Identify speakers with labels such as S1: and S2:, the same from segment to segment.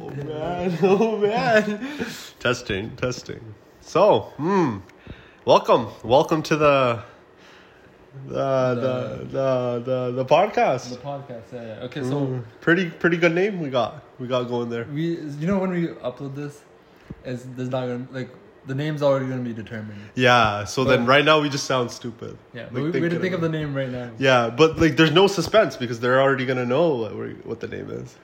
S1: Oh man, oh man. testing, testing. So, hmm. Welcome. Welcome to the the the the the, the
S2: The
S1: podcast.
S2: podcast, yeah, yeah. Okay, so
S1: Hmm, Pretty pretty good name we got. We got going there.
S2: we, you know, when we upload this, is there's not gonna like the name's already gonna be determined.
S1: Yeah, so then
S2: But-
S1: right now we just sound stupid.
S2: Yeah,
S1: Like,
S2: but we, we didn't
S1: thinking
S2: think of the
S1: about-
S2: name right now.
S1: Yeah, but like there's no suspense because they're already going to know what, we- what the name is.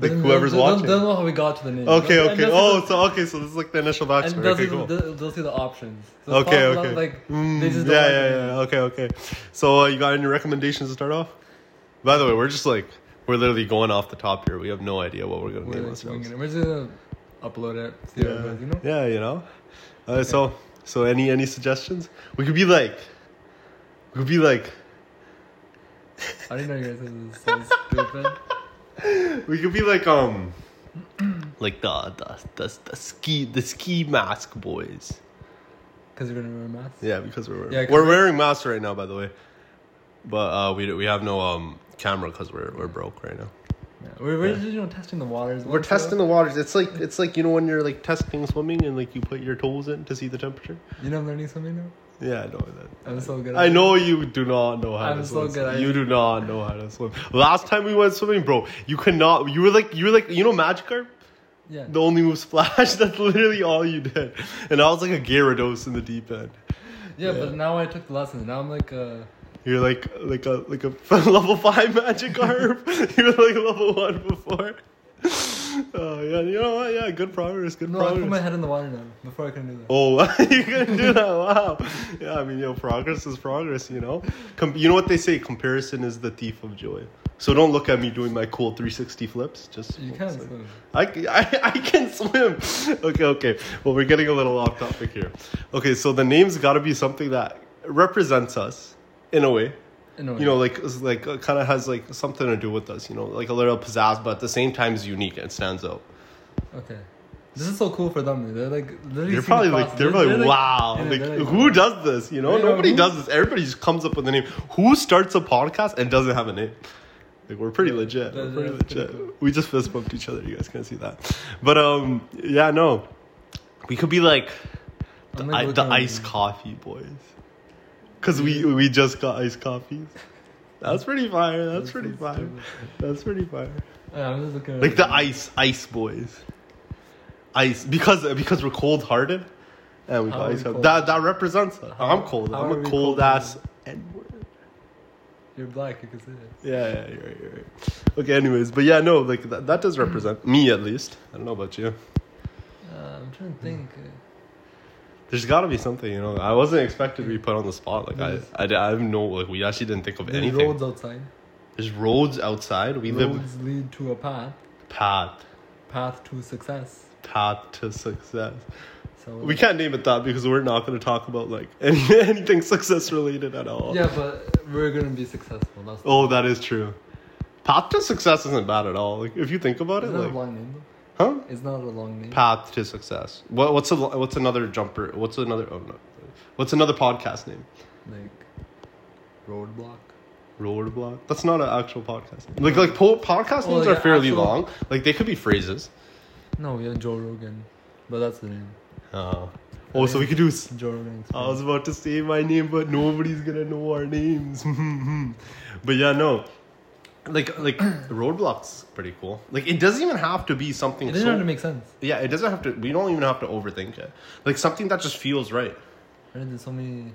S1: Like
S2: They'll-
S1: whoever's
S2: they'll,
S1: watching.
S2: They'll, they'll know how we got to the name.
S1: Okay,
S2: And
S1: okay.
S2: they'll see
S1: Oh,
S2: the-
S1: so okay, so this is like the initial
S2: and
S1: backstory.
S2: they'll,
S1: Okay,
S2: see the,
S1: cool.
S2: they'll, they'll see the options. So it's
S1: Okay,
S2: probably
S1: okay.
S2: not Like
S1: Mm,
S2: they just don't
S1: yeah,
S2: like
S1: yeah,
S2: the
S1: yeah.
S2: name.
S1: Okay, okay. So uh, you got any recommendations to start off? By the way, we're just like we're literally going off the top here. We have no idea what we're gonna
S2: We're,
S1: name
S2: like, swinging
S1: ourselves.
S2: it. We're just gonna upload it. See
S1: Yeah,
S2: yeah. What it goes, you know.
S1: yeah, you know. Uh, So, so any any suggestions? We could be like, we could be like,
S2: I didn't know you guys were so stupid.
S1: we could be like um, like the the the, the ski the ski mask boys.
S2: Because you're gonna wear masks.
S1: Yeah, because we're wearing,
S2: Yeah, 'cause
S1: we're wearing masks right now, by the way. But uh, we we have no um camera because we're we're broke right now.
S2: Yeah. We're, we're
S1: Yeah.
S2: just you know testing the waters.
S1: We're testing the waters. It's like it's like you know when you're like testing swimming and like you put your toes in to see the temperature.
S2: You know, I'm learning something now.
S1: Yeah, I know that.
S2: I'm so good.
S1: I
S2: at it.
S1: know you do not know how
S2: I'm
S1: to
S2: so
S1: swim.
S2: good at
S1: you
S2: it.
S1: do not know how to swim. Last time we went swimming, bro, you could not. You were like you were like you know Magikarp.
S2: Yeah.
S1: The only move splash. That's literally all you did. And I was like a Gyarados in the deep end.
S2: Yeah,
S1: Yeah.
S2: but now I took the lessons. Now I'm like, uh,
S1: You're like like a like a level five Magikarp. you were like level one before. Oh yeah, you know what? Yeah, good progress. Good
S2: no, I
S1: progress.
S2: put my head in the water now. Before I can do that.
S1: Oh, you couldn't do that. Wow. Yeah, I mean, yo, progress is progress, you know? Com- you know what they say? Comparison is the thief of joy. So don't look at me doing my cool 360 flips. Just
S2: You can swim.
S1: I, c- I- I can swim. Okay, okay. Well, we're getting a little off topic here. Okay, so the name's got to be something that represents us in a way.
S2: In a way.
S1: You know, like is like kind of has like something to do with us. You know, like a little pizzazz, but at the same time is unique and stands out.
S2: Okay. This is so cool for them. They're like, literally.
S1: They're
S2: seeing
S1: probably
S2: the
S1: like
S2: process.
S1: they're probably
S2: like-
S1: wow.
S2: yeah,
S1: Like
S2: they're like,
S1: who does this? You know,
S2: Yeah,
S1: nobody
S2: who-
S1: does this. Everybody just comes up with a name. Who starts a podcast and doesn't have a name? Like we're pretty legit. We're
S2: That's-
S1: pretty
S2: that's pretty
S1: legit.
S2: cool.
S1: We just fist bumped each other. You guys can't see that. But um, yeah, no, we could be like the,
S2: I'm,
S1: I,
S2: like,
S1: the
S2: looking at
S1: iced
S2: them.
S1: coffee boys, because we we just got iced coffees. That's pretty fire. That's
S2: That's
S1: pretty
S2: so
S1: fire.
S2: stupid.
S1: That's pretty fire.
S2: Yeah, I'm just looking at
S1: Like
S2: it.
S1: the ice, ice boys, ice because because we're cold hearted, and we
S2: How
S1: got
S2: are
S1: ice.
S2: we
S1: up.
S2: cold?
S1: That that represents us.
S2: How-
S1: I'm cold.
S2: how
S1: I'm a
S2: are we
S1: cold
S2: cold
S1: ass N word.
S2: You're black. You can see it.
S1: Yeah, yeah, you're right, you're right. Okay, anyways, but yeah, no, like that, that does represent me at least. I don't know about you.
S2: Uh, I'm trying
S1: Hmm.
S2: to think. uh,
S1: There's got to be something, you know. I wasn't expected to be put on the spot. Like I,
S2: Yes.
S1: I, di- I have no like. We actually didn't think of
S2: There's
S1: anything.
S2: roads outside.
S1: There's roads outside. We live
S2: roads lead to a path.
S1: path,
S2: Path to success.
S1: path to success.
S2: So
S1: We can't name it that because we're not going to talk about like any, anything success related at all.
S2: Yeah, but we're gonna be successful. That's
S1: Oh, that is true. Path to success isn't bad at all. Like if you think about it,
S2: It's not a
S1: like
S2: long name. though.
S1: huh?
S2: It's not a long name.
S1: Path to success. What, what's a, what's another jumper? What's another? Oh no, what's another podcast name?
S2: Like roadblock.
S1: Roadblock. That's not an actual podcast. Name. Like like po- podcast
S2: Oh,
S1: names
S2: like
S1: are
S2: an
S1: fairly
S2: actual-
S1: long. Like they could be phrases.
S2: No, we have Joe Rogan, but that's the name.
S1: Oh, oh, so we could do s-
S2: Joe Rogan.
S1: I
S2: Experience.
S1: was about to say my name, but nobody's gonna know our names. but yeah, no, like like roadblocks, pretty cool. Like it doesn't even have to be something.
S2: It didn't
S1: so-
S2: have to make sense.
S1: yeah, it doesn't have to. We don't even have to overthink it. Like something that just feels right.
S2: Right? There's so many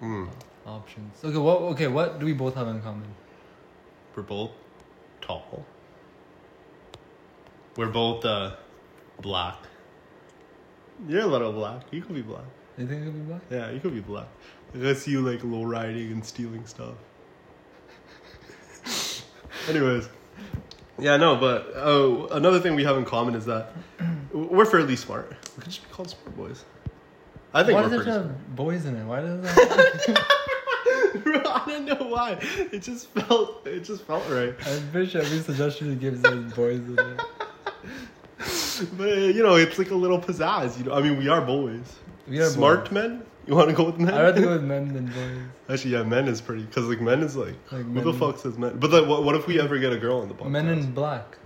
S1: Hmm.
S2: options. Okay, what? Okay, what do we both have in common?
S1: We're both tall. We're both uh, black. You're a little black. You could be black.
S2: Do you think it'll be black?
S1: Yeah, you could be black. Like, I see you like low riding and stealing stuff. Anyways, yeah, no, but oh, another thing we have in common is that we're fairly smart. We could just be called smart boys. I think
S2: Why
S1: we're
S2: does it
S1: pretty smart.
S2: have boys in it? Why does it?
S1: Bro, I don't know why. It just felt. It just felt right.
S2: I wish every suggestion he gives has boys in it.
S1: But you know, it's like a little pizzazz. You know, I mean, we are boys.
S2: We are
S1: smart
S2: boys.
S1: men. You want to go with men?
S2: I'd rather go with men than boys.
S1: Actually, yeah, men is pretty because like men is like,
S2: Like
S1: who
S2: men
S1: the
S2: in-
S1: fuck says men? But like, what, what if we ever get a girl on the podcast?
S2: Men in black.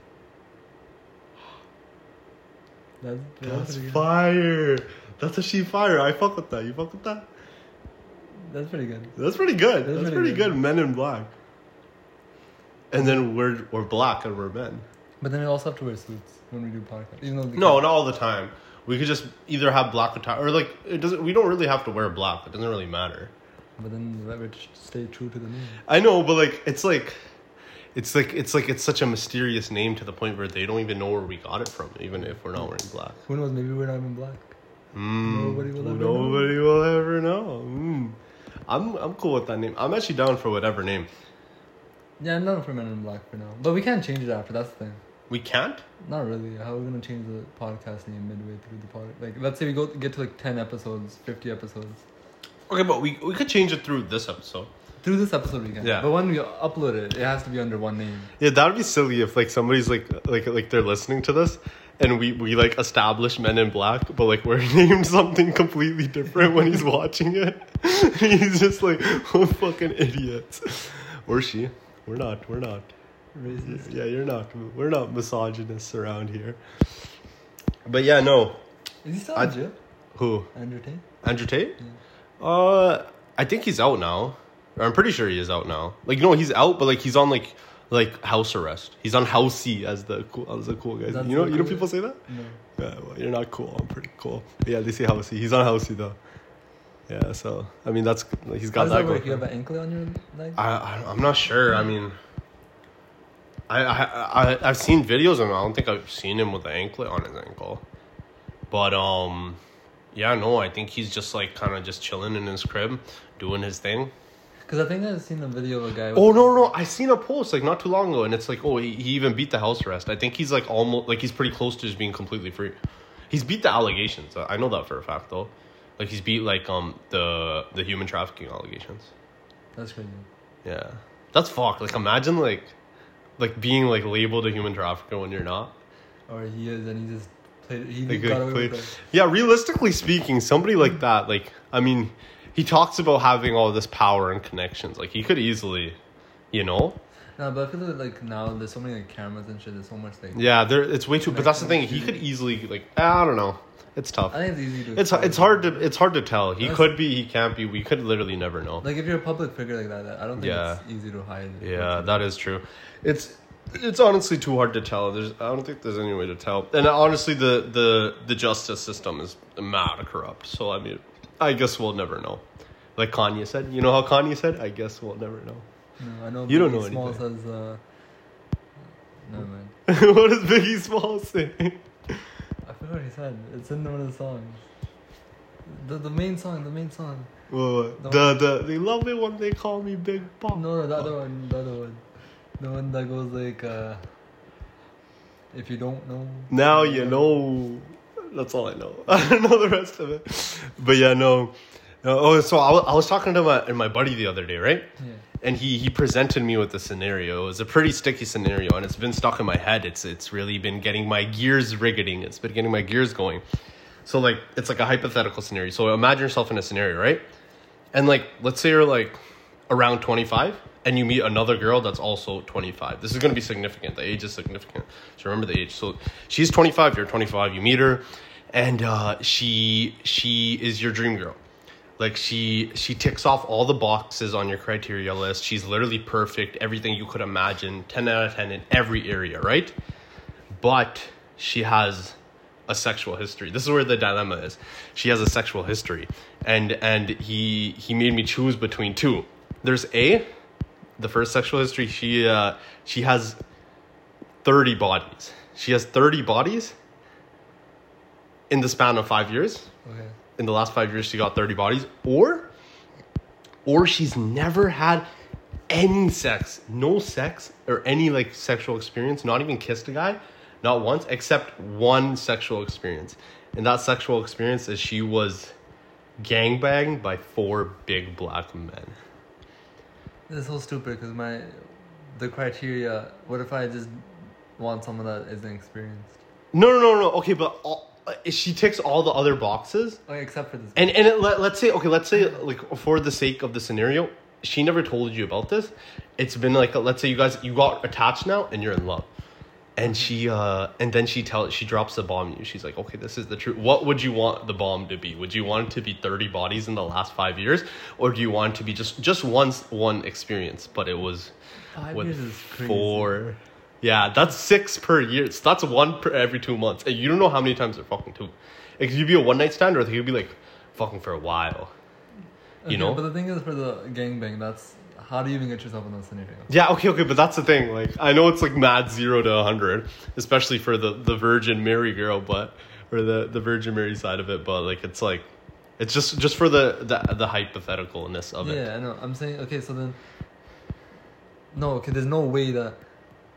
S2: That's,
S1: That's
S2: pretty good.
S1: fire. That's a she fire. I fuck with that. You fuck with that?
S2: That's pretty good.
S1: That's pretty good.
S2: That's
S1: That's,
S2: pretty
S1: pretty
S2: good.
S1: good. Men in black. And then we're we're black and we're men.
S2: But then we also have to wear suits when we do podcast. Even though we
S1: No,
S2: can't-
S1: not all the time. We could just either have black attire or like it doesn't. We don't really have to wear black. It doesn't really matter.
S2: But then that would stay true to the name.
S1: I know, but like it's like, it's like it's like it's such a mysterious name to the point where they don't even know where we got it from, even if we're not wearing black.
S2: Who knows? Maybe we're not even black.
S1: Mm,
S2: Nobody will ever know.
S1: Nobody will ever know. Mm. I'm I'm cool with that name. I'm actually down for whatever name.
S2: Yeah, I'm not for men in black for now. But we can change it after. That's the thing.
S1: We can't.
S2: Not really. How are we gonna change the podcast name midway through the pod? Like, let's say we go get to like ten episodes, fifty episodes.
S1: Okay, but we we could change it through this episode.
S2: Through this episode, we can.
S1: Yeah.
S2: But when we upload it, it has to be under one name.
S1: Yeah, that would be silly if like somebody's like like like they're listening to this and we we like establish Men in Black, but like we're named something completely different when he's watching it. he's just like, oh, fucking idiots. Or she. We're not. We're not.
S2: Racist.
S1: Yeah, you're not. We're not misogynists around here. But yeah, no.
S2: Is he still
S1: I-
S2: in jail?
S1: Who?
S2: Andrew Tate?
S1: Andrew Tate? Uh, I think he's out now. I'm pretty sure he is out now. Like, no, he's out, but like he's on like like house arrest. He's on housey as the cool as the cool guys.
S2: That's
S1: you know,
S2: the
S1: you know,
S2: cool-
S1: people say that.
S2: No.
S1: Yeah, well, you're not cool. I'm pretty cool. But yeah, they say housey. He's on housey though. Yeah, so I mean, that's like, he's
S2: How
S1: got
S2: does
S1: that
S2: that work? You have
S1: going.
S2: an ankle on your leg?
S1: I, I I'm not sure. I mean. I, I I I've seen videos of him. I don't think I've seen him with an anklet on his ankle, but um, yeah, no. I think he's just like kind of just chilling in his crib, doing his thing.
S2: Because I think I've seen a video of a guy. With
S1: Oh no no! I seen a post like not too long ago, and it's like, oh, he, he even beat the house arrest. I think he's like almost like he's pretty close to just being completely free. He's beat the allegations. I I know that for a fact though. Like he's beat like um the the human trafficking allegations.
S2: That's crazy.
S1: Yeah, that's fucked. Like imagine like like being like labeled a human trafficker when you're not.
S2: Or he is, and he just played. He
S1: Like,
S2: got
S1: like,
S2: away with
S1: like-
S2: it.
S1: yeah, realistically speaking, somebody like that, like I mean, he talks about having all this power and connections. Like he could easily, you know,
S2: No, but I feel like now there's so many like cameras and shit. There's so much like.
S1: Yeah, there it's way too. But that's the thing. He could easily like I don't know. It's
S2: I
S1: tough.
S2: think it's easy to.
S1: It's
S2: exploit.
S1: it's hard to it's hard to tell. He
S2: That's-
S1: could be. He can't be. We could literally never know.
S2: Like if you're a public figure like that, I don't think
S1: Yeah.
S2: it's easy to hide. it.
S1: Yeah, that is true. It's it's honestly too hard to tell. There's I don't think there's any way to tell. And honestly, the the the justice system is mad corrupt. So I mean, I guess we'll never know. Like Kanye said, you know how Kanye said, I guess we'll never know.
S2: No, I know.
S1: You don't
S2: Biggie
S1: know
S2: Smalls
S1: anything.
S2: has. Uh, no man,
S1: what does Biggie Smalls say?
S2: I forgot what he said. It's in one of the songs. The the main song, the main song.
S1: Well,
S2: The
S1: the the they love it when they call me Big Pop.
S2: No, no, the
S1: Oh.
S2: other one, the other one, the one that goes like. Uh, if you don't know.
S1: Now you know. That's all I know. I don't know the rest of it. But yeah, no. no oh, so I wa- I was talking to my, my buddy the other day, right?
S2: Yeah.
S1: And he, he presented me with a scenario. It was a pretty sticky scenario, and it's been stuck in my head. It's it's really been getting my gears rigging. It's been getting my gears going. So like it's like a hypothetical scenario. So imagine yourself in a scenario, right? And like let's say you're like around 25 and you meet another girl that's also 25. This is going to be significant. The age is significant. So remember the age. So she's 25, you're 25, you meet her and uh, she she is your dream girl. Like she she ticks off all the boxes on your criteria list. She's literally perfect, everything you could imagine, 10 out of 10 in every area, right? but she has a sexual history. This is where the dilemma is. She has a sexual history, and and he he made me choose between two. There's a, the first sexual history. She uh, she has thirty bodies. She has thirty bodies. In the span of five years,
S2: Okay.
S1: in the last five years she got 30 bodies or or she's never had any sex no sex or any like sexual experience not even kissed a guy not once except one sexual experience and that sexual experience is she was gangbanged by four big black men
S2: This is so stupid because my, the criteria. What if I just want someone that isn't experienced?
S1: no no no no okay but all, uh, she ticks all the other boxes
S2: Oh, except for this.
S1: And and it, let, let's say okay, let's say like for the sake of the scenario, she never told you about this. It's been like let's say you guys you got attached now and you're in love. and she uh and then she tells she drops the bomb on you she's like okay this is the truth what would you want the bomb to be would you want it to be 30 bodies in the last five years or do you want it to be just just once one experience but it was
S2: Five
S1: with
S2: years is crazy.
S1: four yeah that's six per year so that's one per every two months and you don't know how many times they're fucking two it could be a one night stand or it could be like fucking for a while you
S2: Okay,
S1: know?
S2: But the thing is, for the gangbang, that's how do you even get yourself in that scenario?
S1: Yeah, okay, okay, but that's the thing. Like, I know it's like mad zero to a hundred, especially for the the Virgin Mary girl, but or the the Virgin Mary side of it. But like, it's like, it's just just for the the, the hypotheticalness of it.
S2: Yeah, I know. I'm saying okay. So then, no, okay. There's no way that.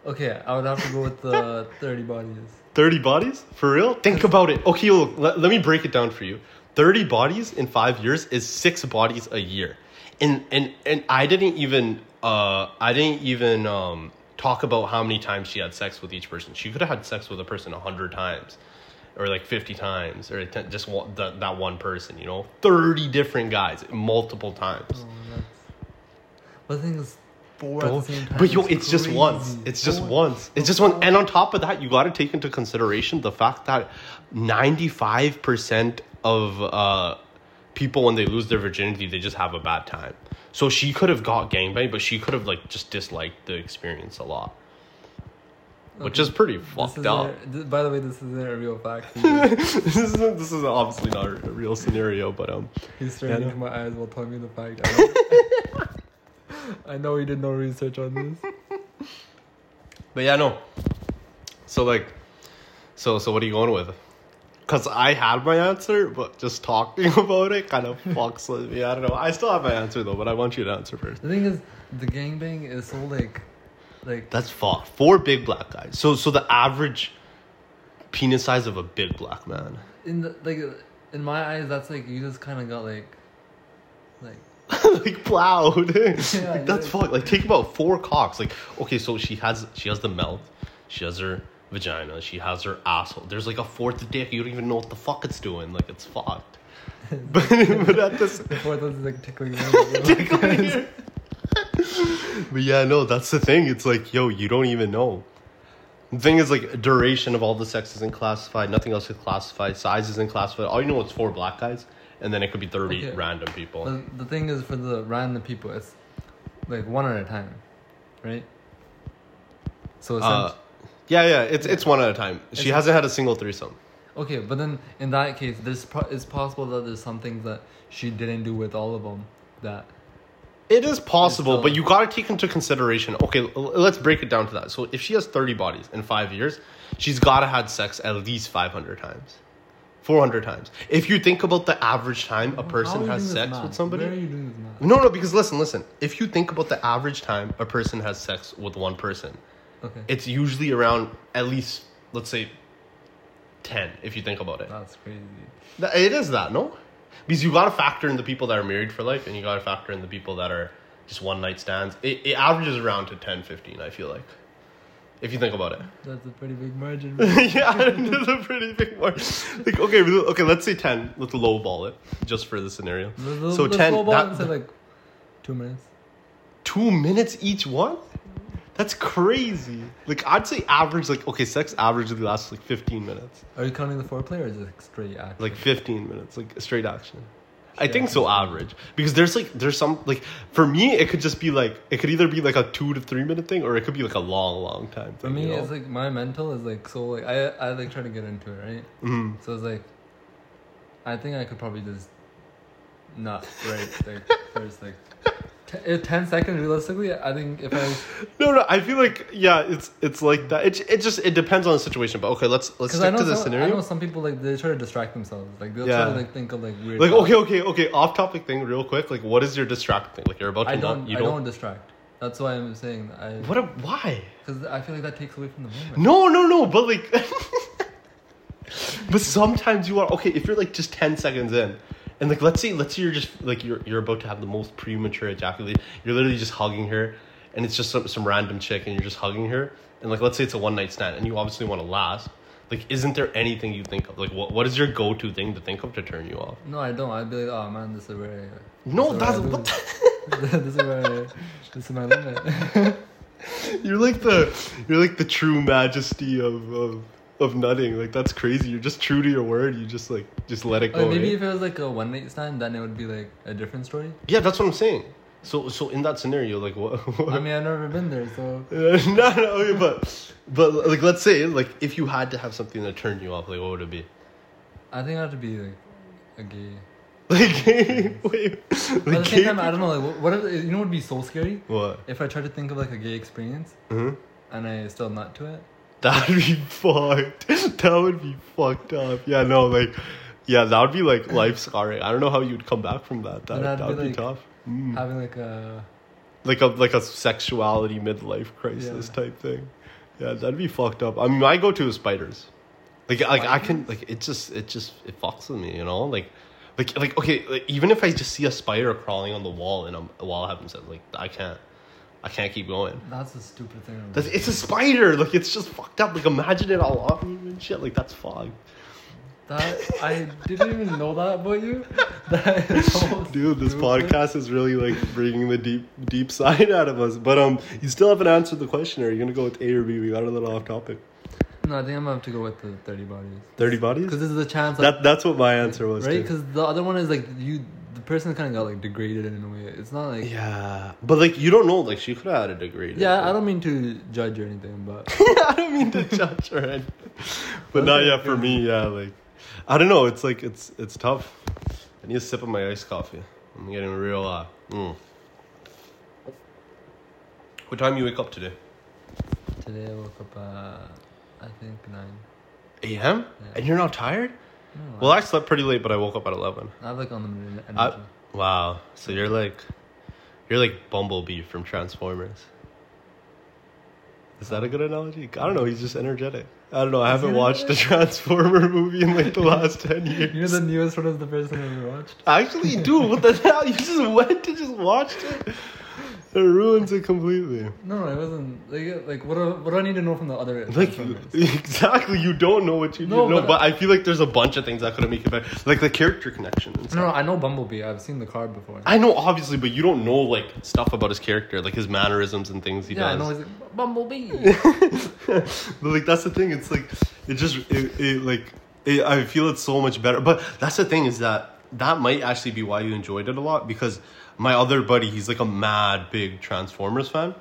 S2: Okay, I would have to go with the thirty bodies.
S1: Thirty bodies for real? Think about it. Okay, look, let, let me break it down for you. Thirty bodies in five years is six bodies a year, and and and I didn't even uh I didn't even um talk about how many times she had sex with each person. She could have had sex with a person a hundred times. or like 50 times or 10, just one, that that one person you know 30 different guys multiple times
S2: Oh, that's... But the thing is, four at the same time.
S1: but yo
S2: is
S1: it's just once
S2: crazy.
S1: it's just
S2: Four-
S1: once it's just one and on top of that you got to take into consideration the fact that 95% of uh people when they lose their virginity they just have a bad time so she could have got gangbang but she could have like just disliked the experience a lot which
S2: Okay.
S1: is pretty
S2: This
S1: fucked
S2: is
S1: up
S2: a- th- by the way, this isn't a real fact.
S1: this is this is obviously not a real scenario but um
S2: He's
S1: Yeah, I
S2: staring
S1: know.
S2: into my eyes while telling me the fact. I know, I know he did no research on this.
S1: But yeah, no. So like, so so what are you going with? Cause I had my answer, but just talking about it kind of fucks with me. I don't know. I still have my answer though, but I want you to answer first.
S2: The thing is, the gangbang is so like, like
S1: That's fucked. Four big black guys. So so the average penis size of a big black man.
S2: in the like in my eyes, that's like you just kind of got like, like
S1: like plowed. like, that's
S2: dude.
S1: fucked. Like take about four cocks. Like okay, so she has she has the mouth, she has her vagina, she has her asshole. There's like a fourth dick. You don't even know what the fuck it's doing. Like it's fucked. but but at this
S2: the fourth one's like tickling. your nose, you know?
S1: but yeah, no, that's the thing. It's like, yo, you don't even know. The thing is, like, duration of all the sex isn't classified. Nothing else is classified. Size isn't classified. All you know is four black guys, and then it could be thirty
S2: Okay.
S1: random people.
S2: But the thing is, for the random people, it's like one at a time, right? So it's
S1: Uh, yeah, yeah, it's it's one at a time. She
S2: It's-
S1: hasn't had a single threesome.
S2: okay, but then in that case, there's pro- it's possible that there's some things that she didn't do with all of them that
S1: It is possible,
S2: still-
S1: but you got to take into consideration. Okay, l- l- let's break it down to that. So if she has thirty bodies in five years, she's got to had sex at least five hundred times, four hundred times. If you think about the average time a
S2: How are
S1: person
S2: you
S1: has
S2: doing this
S1: sex
S2: math?
S1: with somebody,
S2: Where are you doing this math?
S1: No, no, because listen, listen. If you think about the average time a person has sex with one person,
S2: Okay.
S1: it's usually around at least, let's say, 10, if you think about it.
S2: That's crazy.
S1: Th- It is that, no? Because you gotta factor in the people that are married for life and you gotta factor in the people that are just one night stands. It, it averages around to 10, 15, I feel like. If you think about it.
S2: That's a pretty big margin.
S1: yeah, there's a pretty big mark. Like, okay, we- okay, let's say 10. Let's lowball it just for the scenario.
S2: Let's-
S1: so
S2: let's
S1: 10.
S2: go about
S1: that-
S2: and say, like two minutes.
S1: two minutes each one that's crazy like i'd say average like okay sex averagely lasts like 15 minutes
S2: Are you counting the foreplay or is it straight action?
S1: like 15 minutes like straight action i think so average because there's like there's some like for me it could just be like it could either be like a two to three minute thing or it could be like a long long time thing,
S2: For me,
S1: you know?
S2: it's like my mental is like so like I I like try to get into it right.
S1: Mhm.
S2: So it's like, I think I could probably just not right like first like t- if ten seconds realistically. I think if I
S1: no no i feel like yeah it's it's like that it, it just it depends on the situation but okay let's let's
S2: because I
S1: stick
S2: know
S1: to the
S2: some,
S1: scenario
S2: I know some people like they try to distract themselves like they'll try
S1: Yeah.
S2: to like think of like weird
S1: like
S2: thoughts.
S1: okay okay okay off topic thing real quick like what is your distracting thing like you're about to
S2: I
S1: not-
S2: don't
S1: you
S2: I
S1: don't,
S2: don't distract. That's why I'm saying that I
S1: what a why
S2: because I feel like that takes away from the moment.
S1: No, no, no, but like. but sometimes you are. Okay, if you're like just 10 seconds in. And like let's say let's say you're just like you're you're about to have the most premature ejaculation. You're literally just hugging her and it's just some, some random chick and you're just hugging her. And like let's say it's a one night stand and you obviously want to last. Like isn't there anything you think of? Like what what is your go to thing to think of to turn you off?
S2: No, I don't. I'd be like, oh man, this is where. I,
S1: No,
S2: this
S1: that's
S2: is where I
S1: what
S2: lose. this is where. I, this is my limit.
S1: You're like the you're like the true majesty of of, of nutting. Like that's crazy. You're just true to your word. You just like oh, just let it go.
S2: Like, maybe
S1: right?
S2: if it was like a one night stand, then it would be like a different story.
S1: Yeah, that's what I'm saying. So so in that scenario, like what? what
S2: I mean, I've never been there, so
S1: no, no, okay, but but like let's say like if you had to have something that turned you off, like what would it be?
S2: I think I have to be like a gay.
S1: Like wait,
S2: Mm-hmm. But at
S1: like
S2: the same
S1: gay
S2: time, I don't know. Like, what- what if, you know, what would be so scary
S1: people- what?
S2: if I tried to think of like a gay experience
S1: hmm
S2: and I still not to it.
S1: That'd be fucked. That would be fucked up. Yeah, no, like yeah, that would be like life scarring. I don't know how you'd come back from that. That
S2: And I'd
S1: that would
S2: be
S1: be
S2: like-
S1: tough. Mm.
S2: Having like a
S1: like a like a sexuality midlife crisis
S2: Yeah.
S1: type thing. Yeah, that'd be fucked up. I mean, my go-to is spiders. Like, like I can like it just it just it fucks with me, you know. Like, like like okay, like, even if I just see a spider crawling on the wall and I'm while having sex, like I can't, I can't keep going.
S2: that's a stupid thing. to
S1: That's,
S2: do.
S1: it's a spider. Like it's just fucked up. Like imagine it all off you and shit. Like that's fucked,
S2: That I didn't even know that about you. That is so
S1: dude. This
S2: stupid.
S1: podcast is really like bringing the deep deep side out of us. But um, you still haven't answered the question. Are you gonna go with A or B? We got a little off topic.
S2: No, I think I'm gonna have to go with the thirty bodies.
S1: Thirty bodies.
S2: Because this is a chance. Like,
S1: That that's what my answer was.
S2: right?
S1: Too.
S2: Because the other one is like you, the person kind of got like degraded in a way. It's not like yeah,
S1: Yeah, but like you don't know. Like she could have had a degree.
S2: I don't mean to judge or anything, but
S1: I don't mean to judge her. and- But not
S2: Okay.
S1: yet for me. Yeah, like I don't know. It's like it's it's tough. I need a sip of my iced coffee. I'm getting real. Uh, mm. What time you wake up today?
S2: today I woke up uh, I think nine.
S1: A.M. And you're not tired?
S2: No,
S1: Well, I slept pretty late, but I woke up at eleven.
S2: I have like unlimited energy.
S1: I, wow. So you're like, you're like Bumblebee from Transformers. Is that a good analogy? I don't know. He's just energetic. I don't know. I
S2: Is he
S1: haven't watched a
S2: energetic?
S1: Transformer movie in like the last ten years.
S2: You're the newest one of the person I've ever watched.
S1: Actually, dude, what the hell? You just went to just watched it. It ruins it completely.
S2: No, it wasn't. Like, like what? Do, what do I need to know from the other?
S1: Like
S2: Transformers?
S1: exactly, you don't know what you
S2: No,
S1: no, know.
S2: but-
S1: But, I feel like there's a bunch of things that could have make it better, like the character connection. And stuff.
S2: no, no, I know Bumblebee. I've seen the card before.
S1: I know, obviously, but you don't know like stuff about his character, like his mannerisms and things he
S2: yeah, I
S1: does.
S2: know he's like Bumblebee.
S1: but like that's the thing it's like it just it, it like it, i feel it's so much better but that's the thing is that that might actually be why you enjoyed it a lot because my other buddy he's like a mad big transformers fan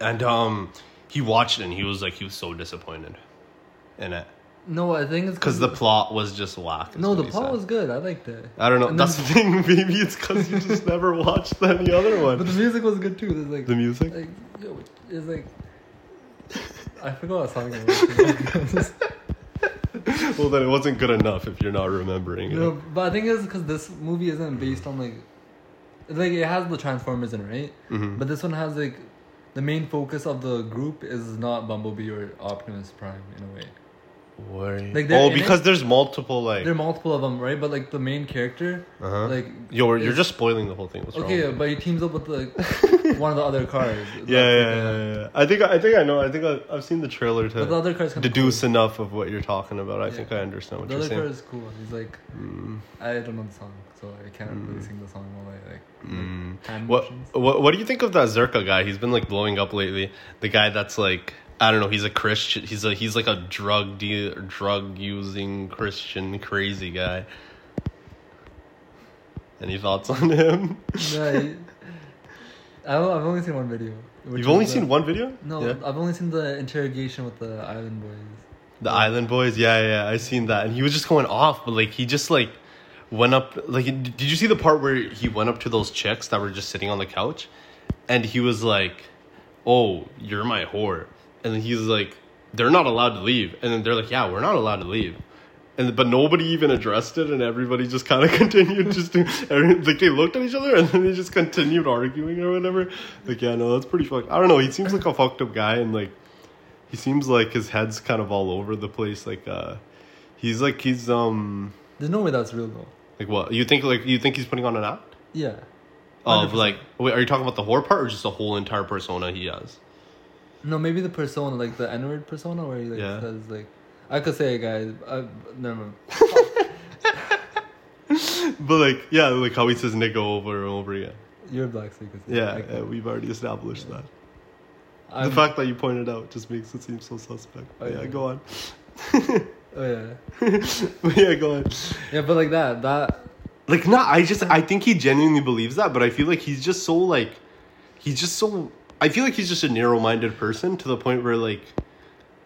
S1: and um he watched it and he was like he was so disappointed in it
S2: no, I think it's
S1: because the plot was just whack is
S2: no, the
S1: what he
S2: plot
S1: said.
S2: was good. I liked it.
S1: i don't know
S2: and
S1: that's the thing maybe it's because you just never watched any other
S2: But the
S1: one
S2: music was good too. There's like
S1: the music
S2: like yo, it's like I forgot what song it was.
S1: well then it wasn't good enough if you're not remembering it
S2: no, but I think it's because this movie isn't based on like like it has the Transformers in it, right?
S1: Mhm.
S2: But this one has like the main focus of the group is not Bumblebee or Optimus Prime in a way.
S1: Worry.
S2: Like, they're
S1: oh,
S2: in
S1: because
S2: it-
S1: there's multiple like.
S2: There are multiple of them, right? But like the main character,
S1: Uh-huh.
S2: like
S1: Yo, you're
S2: is-
S1: just spoiling the whole thing. What's
S2: okay,
S1: wrong?
S2: but he teams up with like one of the other cars.
S1: yeah, yeah, yeah, yeah, yeah. I think I think I know. I think I, I've seen the trailer
S2: uh, But the
S1: to
S2: other car's kinda
S1: deduce
S2: cool.
S1: enough of what you're talking about. I
S2: Yeah.
S1: think I understand what
S2: The
S1: you're
S2: other
S1: saying.
S2: car is cool. He's like,
S1: Mm,
S2: I don't know the song, so I can't really sing the song while I like
S1: mm.
S2: hand
S1: What,
S2: motions.
S1: what what do you think of that Zerka guy? He's been like blowing up lately. The guy that's like I don't know. He's a Christian. He's a he's like a drug de- drug using Christian crazy guy. Any thoughts on him?
S2: Yeah, he- I've, I've only seen one video. which
S1: You've only
S2: is, uh,
S1: seen one video?
S2: No,
S1: Yeah?
S2: I've only seen the interrogation with the island boys.
S1: The Island Boys, yeah, yeah, I seen that, and he was just going off, but like he just like went up. Like, did you see the part where he went up to those chicks that were just sitting on the couch, and he was like, "Oh, you're my whore," and then he's like, "They're not allowed to leave," and then they're like, "Yeah, we're not allowed to leave." And, but nobody even addressed it, and everybody just kind of continued just to, every- like they looked at each other, and then they just continued arguing or whatever. Like, yeah, no, that's pretty fucked. I don't know. He seems like a fucked up guy, and like he seems like his head's kind of all over the place like uh he's like he's um
S2: There's no way that's real though.
S1: like what you think like you think he's putting on an act
S2: Yeah.
S1: of
S2: 100%.
S1: like wait are you talking about the horror part or just the whole entire persona he has
S2: No, maybe the persona, like the N word persona, where he like
S1: Yeah.
S2: says like, I could say it, guys. I, never mind.
S1: but like yeah like how he says nigga over and over again
S2: You're black, so you could say. it.
S1: yeah
S2: I
S1: uh, we've already established that
S2: I'm-
S1: the fact that you pointed out just makes it seem so suspect.
S2: Oh,
S1: yeah,
S2: yeah.
S1: go on.
S2: Oh yeah,
S1: But yeah, go on.
S2: yeah, but like that, that
S1: Like, nah, I just I think he genuinely believes that, but I feel like he's just so like, he's just so. I feel like he's just a narrow-minded person to the point where like,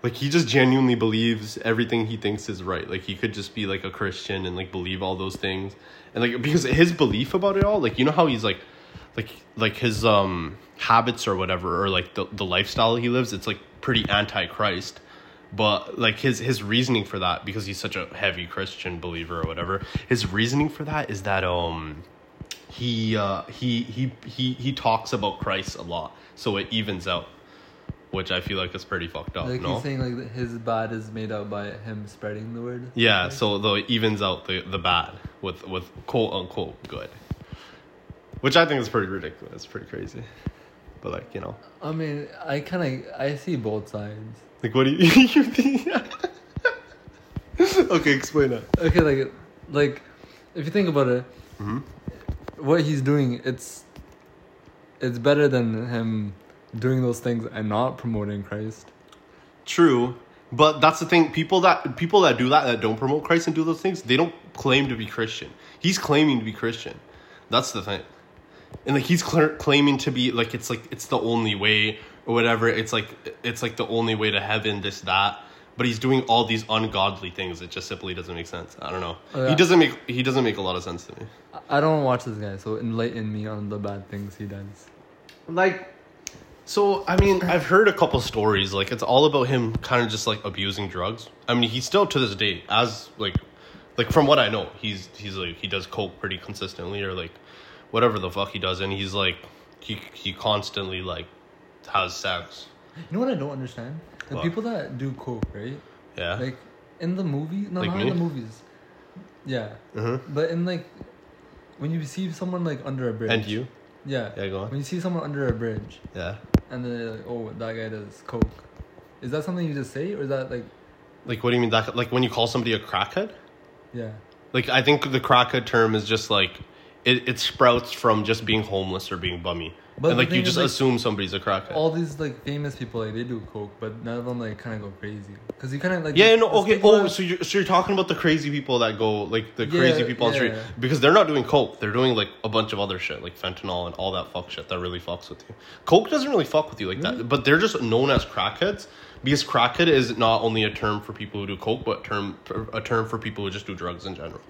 S1: like he just genuinely believes everything he thinks is right. Like he could just be like a Christian and like believe all those things, and like because his belief about it all, like you know how he's like, like like his um habits or whatever or like the the lifestyle he lives, it's like pretty anti-Christ but like his his reasoning for that because he's such a heavy christian believer or whatever his reasoning for that is that um he uh he he he he talks about christ a lot so it evens out which i feel like is pretty fucked up
S2: like
S1: Oh, no
S2: he's saying like that his bad is made out by him spreading the word.
S1: yeah so though it evens out the the bad with with quote unquote good which i think is pretty ridiculous it's pretty crazy but like you know
S2: I mean, I kind of I see both sides.
S1: like what do you you think okay explain that
S2: Okay, like like if you think about it,
S1: Mm-hmm.
S2: what he's doing it's it's better than him doing those things and not promoting Christ.
S1: True, but that's the thing. People that people that do that that don't promote Christ and do those things, they don't claim to be Christian. He's claiming to be Christian. That's the thing, and like he's cl- claiming to be like it's like it's the only way or whatever. It's like it's like the only way to heaven. This that. But he's doing all these ungodly things. It just simply doesn't make sense. I don't know.
S2: Oh, yeah.
S1: He doesn't make he doesn't make a lot of sense to me.
S2: I- I don't watch this guy, so enlighten me on the bad things he does.
S1: like so i mean i've heard a couple stories like it's all about him kind of just like abusing drugs i mean he's still to this day as like like from what i know he's he's like he does coke pretty consistently or like whatever the fuck he does and he's like he he constantly like has sex
S2: You know what I don't understand? The
S1: What?
S2: people that do coke, right?
S1: yeah
S2: Like in the movie, no,
S1: Like
S2: not
S1: me?
S2: in the movies. Yeah,
S1: Mhm.
S2: but in like when you see someone like under a bridge,
S1: and you
S2: yeah,
S1: Yeah, go on.
S2: when you see someone under a bridge,
S1: yeah
S2: and then they're like, oh, that guy does coke. Is that something you just say, or is that like,
S1: like what do you mean that like when you call somebody a crackhead
S2: yeah?
S1: Like I think the crackhead term is just like it, it sprouts from just being homeless or being bummy.
S2: But
S1: and
S2: the
S1: like you
S2: thing is,
S1: just
S2: like,
S1: assume somebody's a crackhead.
S2: All these like famous people like they do coke, but none of them like kind of go crazy because you kind of like
S1: yeah,
S2: there's-
S1: no,
S2: there's
S1: okay.
S2: people
S1: Oh,
S2: that-
S1: so you're so you're talking about the crazy people that go like the
S2: Yeah,
S1: crazy people on the
S2: yeah.
S1: street because they're not doing coke. They're doing like a bunch of other shit like fentanyl and all that fuck shit that really fucks with you. Coke doesn't really fuck with you like that, but they're just known as crackheads because crackhead is not only a term for people who do coke, but term a term for people who just do drugs in general.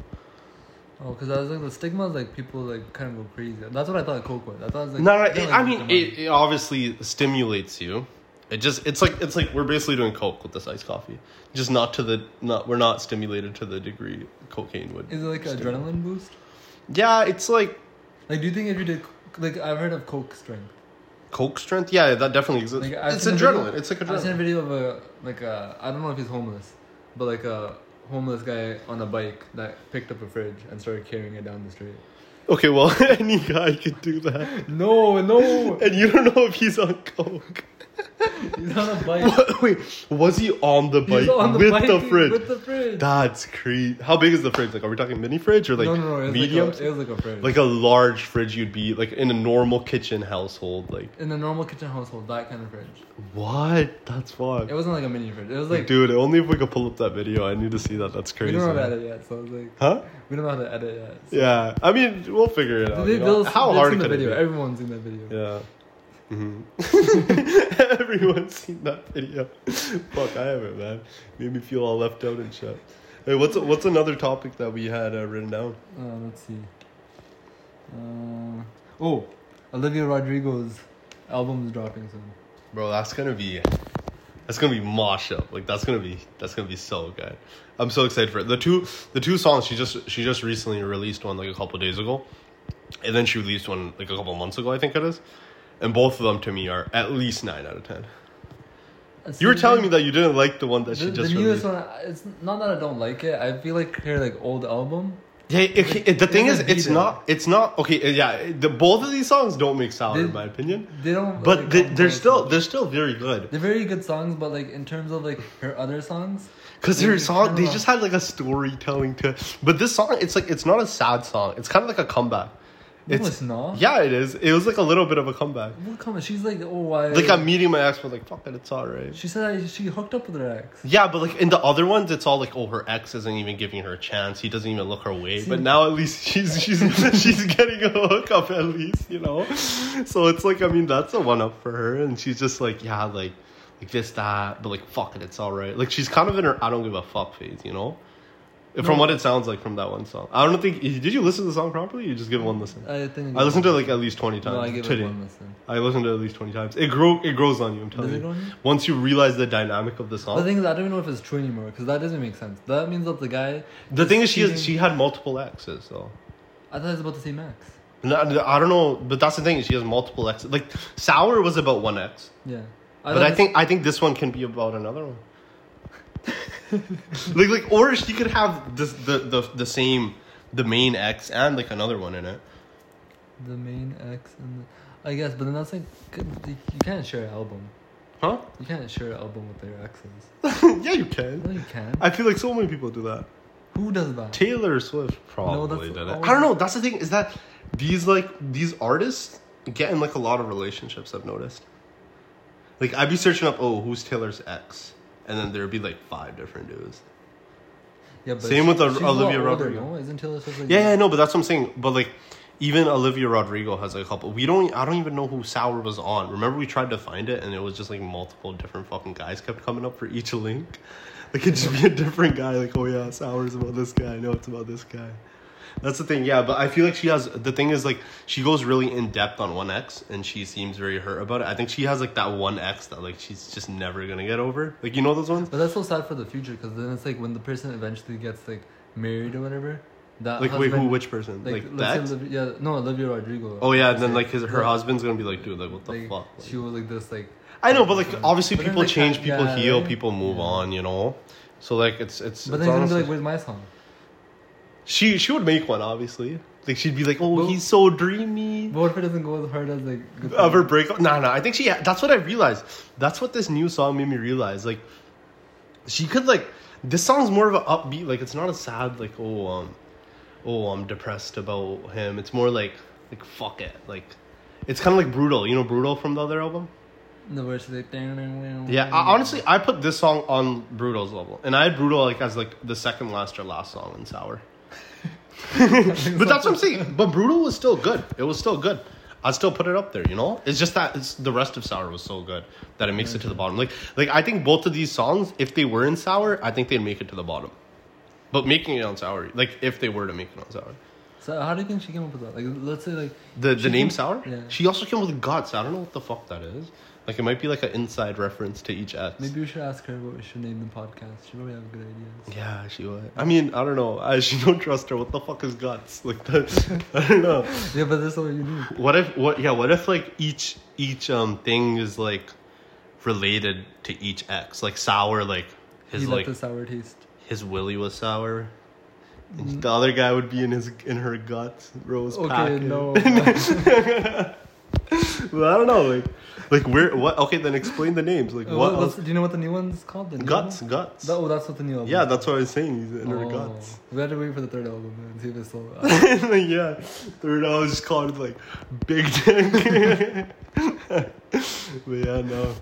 S2: oh, because I was like the stigma is like people like kind of go crazy. That's what I thought coke was. I thought it was like
S1: No, no
S2: kinda,
S1: it, I
S2: like,
S1: mean,
S2: demonic.
S1: it, it obviously stimulates you. It just, it's like, it's like we're basically doing coke with this iced coffee, just not to the, not we're not stimulated to the degree cocaine would.
S2: is it like an
S1: stimulate.
S2: adrenaline boost?
S1: Yeah, it's like
S2: Like, do you think if you did c- like I've heard of coke strength?
S1: coke strength. Yeah, that definitely exists.
S2: Like, I've
S1: it's
S2: seen a video-
S1: adrenaline. It's like
S2: I've seen a
S1: adrenaline.
S2: video of a like a I don't know if he's homeless, but like a homeless guy on a bike that picked up a fridge and started carrying it down the street.
S1: Okay, well, any guy could do that,
S2: No, no,
S1: and you don't know if he's on coke.
S2: he's on a bike.
S1: Wait, was he on the bike
S2: He's on the
S1: with
S2: bike
S1: the fridge?
S2: With the fridge.
S1: That's crazy. How big is the fridge? Like, are we talking mini fridge or like
S2: no, no, no. It was
S1: medium?
S2: Like a, it was like a fridge.
S1: like a large fridge you'd be like in a normal kitchen household like
S2: in a normal kitchen household, that kind of fridge.
S1: what that's fucked
S2: It wasn't like a mini fridge. It was like
S1: dude only if we could pull up that video i need to see that that's
S2: we
S1: crazy
S2: don't know how to edit yet, so I was like,
S1: huh
S2: we don't know how to edit yet. So.
S1: yeah i mean we'll figure it out
S2: They,
S1: you know?
S2: they'll-
S1: how
S2: they've
S1: hard
S2: seen the
S1: could
S2: video.
S1: it
S2: Everyone's seen that video.
S1: be yeah hmm Mm-hmm. everyone's seen that video fuck i haven't man made me feel all left out and shit hey what's what's another topic that we had uh, written down
S2: Uh, let's see. Uh, oh, Olivia Rodrigo's album is dropping soon.
S1: Bro, that's gonna be that's gonna be mosh up. Like that's gonna be that's gonna be so good. I'm so excited for it. The two the two songs she just she just recently released one like a couple days ago. And then she released one like a couple months ago, I think it is. And both of them to me are at least nine out of ten. You were telling me that you didn't like the one that
S2: The,
S1: she
S2: the
S1: just
S2: newest
S1: released.
S2: one, it's not that I don't like it. I feel like her like old album.
S1: Yeah, it, it- the thing is,
S2: It's a
S1: it's
S2: beat,
S1: not, it's not okay. uh, Yeah, the both of these songs don't make sound in my opinion,
S2: They don't.
S1: but
S2: like,
S1: they,
S2: come
S1: they're
S2: close.
S1: still they're still very good.
S2: They're very good songs, but like in terms of like her other songs,
S1: Cause
S2: They
S1: their
S2: just
S1: song, they
S2: kinda-
S1: just had like a storytelling to, but this song, it's like it's not a sad song. It's kind of like a comeback.
S2: No,
S1: It's-
S2: it's, not.
S1: Yeah, it is. It was like a little bit of a comeback.
S2: What comment? She's like, oh, I.
S1: Like I'm meeting my ex, but like fuck it, it's alright.
S2: She said I, she hooked up with her ex.
S1: Yeah, but like in the other ones, it's all like, oh, her ex isn't even giving her a chance. He doesn't even look her way.
S2: See-
S1: but now at least she's she's she's getting a hookup at least, you know. So it's like I mean that's a one up for her, and she's just like yeah, like like this that, but like fuck it, it's all right. Like she's kind of in her I don't give a fuck phase, you know. From what it sounds like from that one song, I don't think. Did you listen to the song properly? Or you just give it one listen.
S2: I think.
S1: I listened to it like at least twenty times
S2: Uh, No, I give
S1: today.
S2: it one listen.
S1: I listened to it at least twenty times. It grow it grows on you. I'm telling
S2: Does it
S1: you.
S2: go on you?
S1: Once you realize the dynamic of the song,
S2: The thing is, I don't even know if it's true anymore because that doesn't make sense. That means that the guy.
S1: The thing is, she
S2: cheating-
S1: has, she had multiple exes though.
S2: I thought it was about the same ex.
S1: And I I don't know, but that's the thing. She has multiple exes. Like Sour was about one ex,
S2: Yeah.
S1: but
S2: thought
S1: I
S2: this-
S1: think I think this one can be about another one. like like, or she could have this the the the same the main ex and like another one in it.
S2: the main ex and the, I guess, but then that's like good- you can't share an album.
S1: Huh?
S2: You can't share an album with your exes.
S1: yeah, you
S2: No,
S1: can.
S2: you can.
S1: I feel like so many people do that.
S2: Who does that?
S1: Taylor Swift probably
S2: that's
S1: did it.
S2: all-
S1: I don't know. That's the thing is that these like these artists get in like a lot of relationships. I've noticed. Like I'd be searching up, oh, who's Taylor's ex, and then there'd be like five different dudes.
S2: Yeah, but
S1: Same with
S2: she-
S1: Ol-
S2: she's a lot
S1: Olivia
S2: older,
S1: Rodrigo.
S2: No? Isn't Taylor Swift like
S1: Yeah, yeah, no, but that's what I'm saying. But like, even Olivia Rodrigo has a couple. We don't. I don't even know who Sour was on. Remember, we tried to find it, and it was just like multiple different fucking guys kept coming up for each link. Like it'd just be a different guy. Like, oh yeah, Sour's about this guy. No, it's about this guy. That's the thing. Yeah, but I feel like she has. The thing is, like, she goes really in depth on one ex, and she seems very hurt about it. I think she has like that one ex that like she's just never gonna get over. Like, you know those ones.
S2: But that's so sad for the future because then it's like when the person eventually gets like married or whatever. That
S1: Like, wait,
S2: husband,
S1: who? Which person? Like,
S2: Like,
S1: that?
S2: let's say Olivia, yeah, no, Olivia Rodrigo.
S1: oh yeah,
S2: Let's
S1: and then
S2: say,
S1: like his, her
S2: yeah,
S1: husband's gonna be like, dude, like, what the
S2: like,
S1: fuck? Like-
S2: She was like this, like
S1: I know, but like obviously
S2: But then,
S1: people
S2: like,
S1: change,
S2: that-
S1: people
S2: yeah,
S1: heal,
S2: right?
S1: people move
S2: Yeah.
S1: on, you know. So like it's it's.
S2: But
S1: it's
S2: then he's gonna be
S1: honestly-
S2: like, "Where's my song?"
S1: she she would make one obviously. Like she'd be like, oh,
S2: Well-
S1: he's so dreamy.
S2: But what if it doesn't go as hard as like? Good
S1: Of her
S2: Song?
S1: breakup? Nah, nah. I think she. That's what I realized. That's what this new song made me realize. Like, she could like. This song's more of an upbeat. Like it's not a sad like oh um, oh I'm depressed about him. It's more like like fuck it. Like, it's kind of like brutal. You know brutal from the other album.
S2: No, where she's like, "Yeah,
S1: Yeah, I, honestly, I put this song on Brutal's level, and I had Brutal like as like the second last or last song in Sour. but that's what I'm saying. But Brutal was still good. It was still good. I would still put it up there. You know, it's just that it's, the rest of Sour was so good that it makes it to the bottom. Like, like I think both of these songs, if they were in Sour, I think they'd make it to the bottom. But making it on Sour, like if they were to make it on Sour,
S2: So how do you think she came up with that? Like, let's say like
S1: the
S2: she
S1: the name
S2: came-
S1: Sour,
S2: Yeah.
S1: she also came with guts. I don't know what the fuck that is. Like it might be like an inside reference to each ex.
S2: Maybe we should ask her what we should name the podcast. She probably have good ideas.
S1: Yeah, she would. I mean, I don't know. I, she don't trust her. What the fuck is guts? Like that. I don't know.
S2: Yeah, but that's all you need.
S1: What if? What? Yeah. What if like each each um thing is like related to each ex? Like sour. Like his
S2: he
S1: like
S2: left a sour taste.
S1: his willy was sour. And the other guy would be in his in her guts. Rose.
S2: Mm. Okay,
S1: Paquin.
S2: no.
S1: Well, I don't know. Like like where? What? Okay, then explain the names. Like
S2: Uh,
S1: what?
S2: what-
S1: else-
S2: what's, do you know what the new one's called? The new
S1: guts.
S2: album?
S1: Guts.
S2: That- oh, that's what the new album.
S1: yeah,
S2: is.
S1: that's what I was saying. He's in her
S2: Oh.
S1: guts.
S2: We had to wait for the third album and see if it's still.
S1: Like, yeah, third I was just called like big dick. but yeah, no,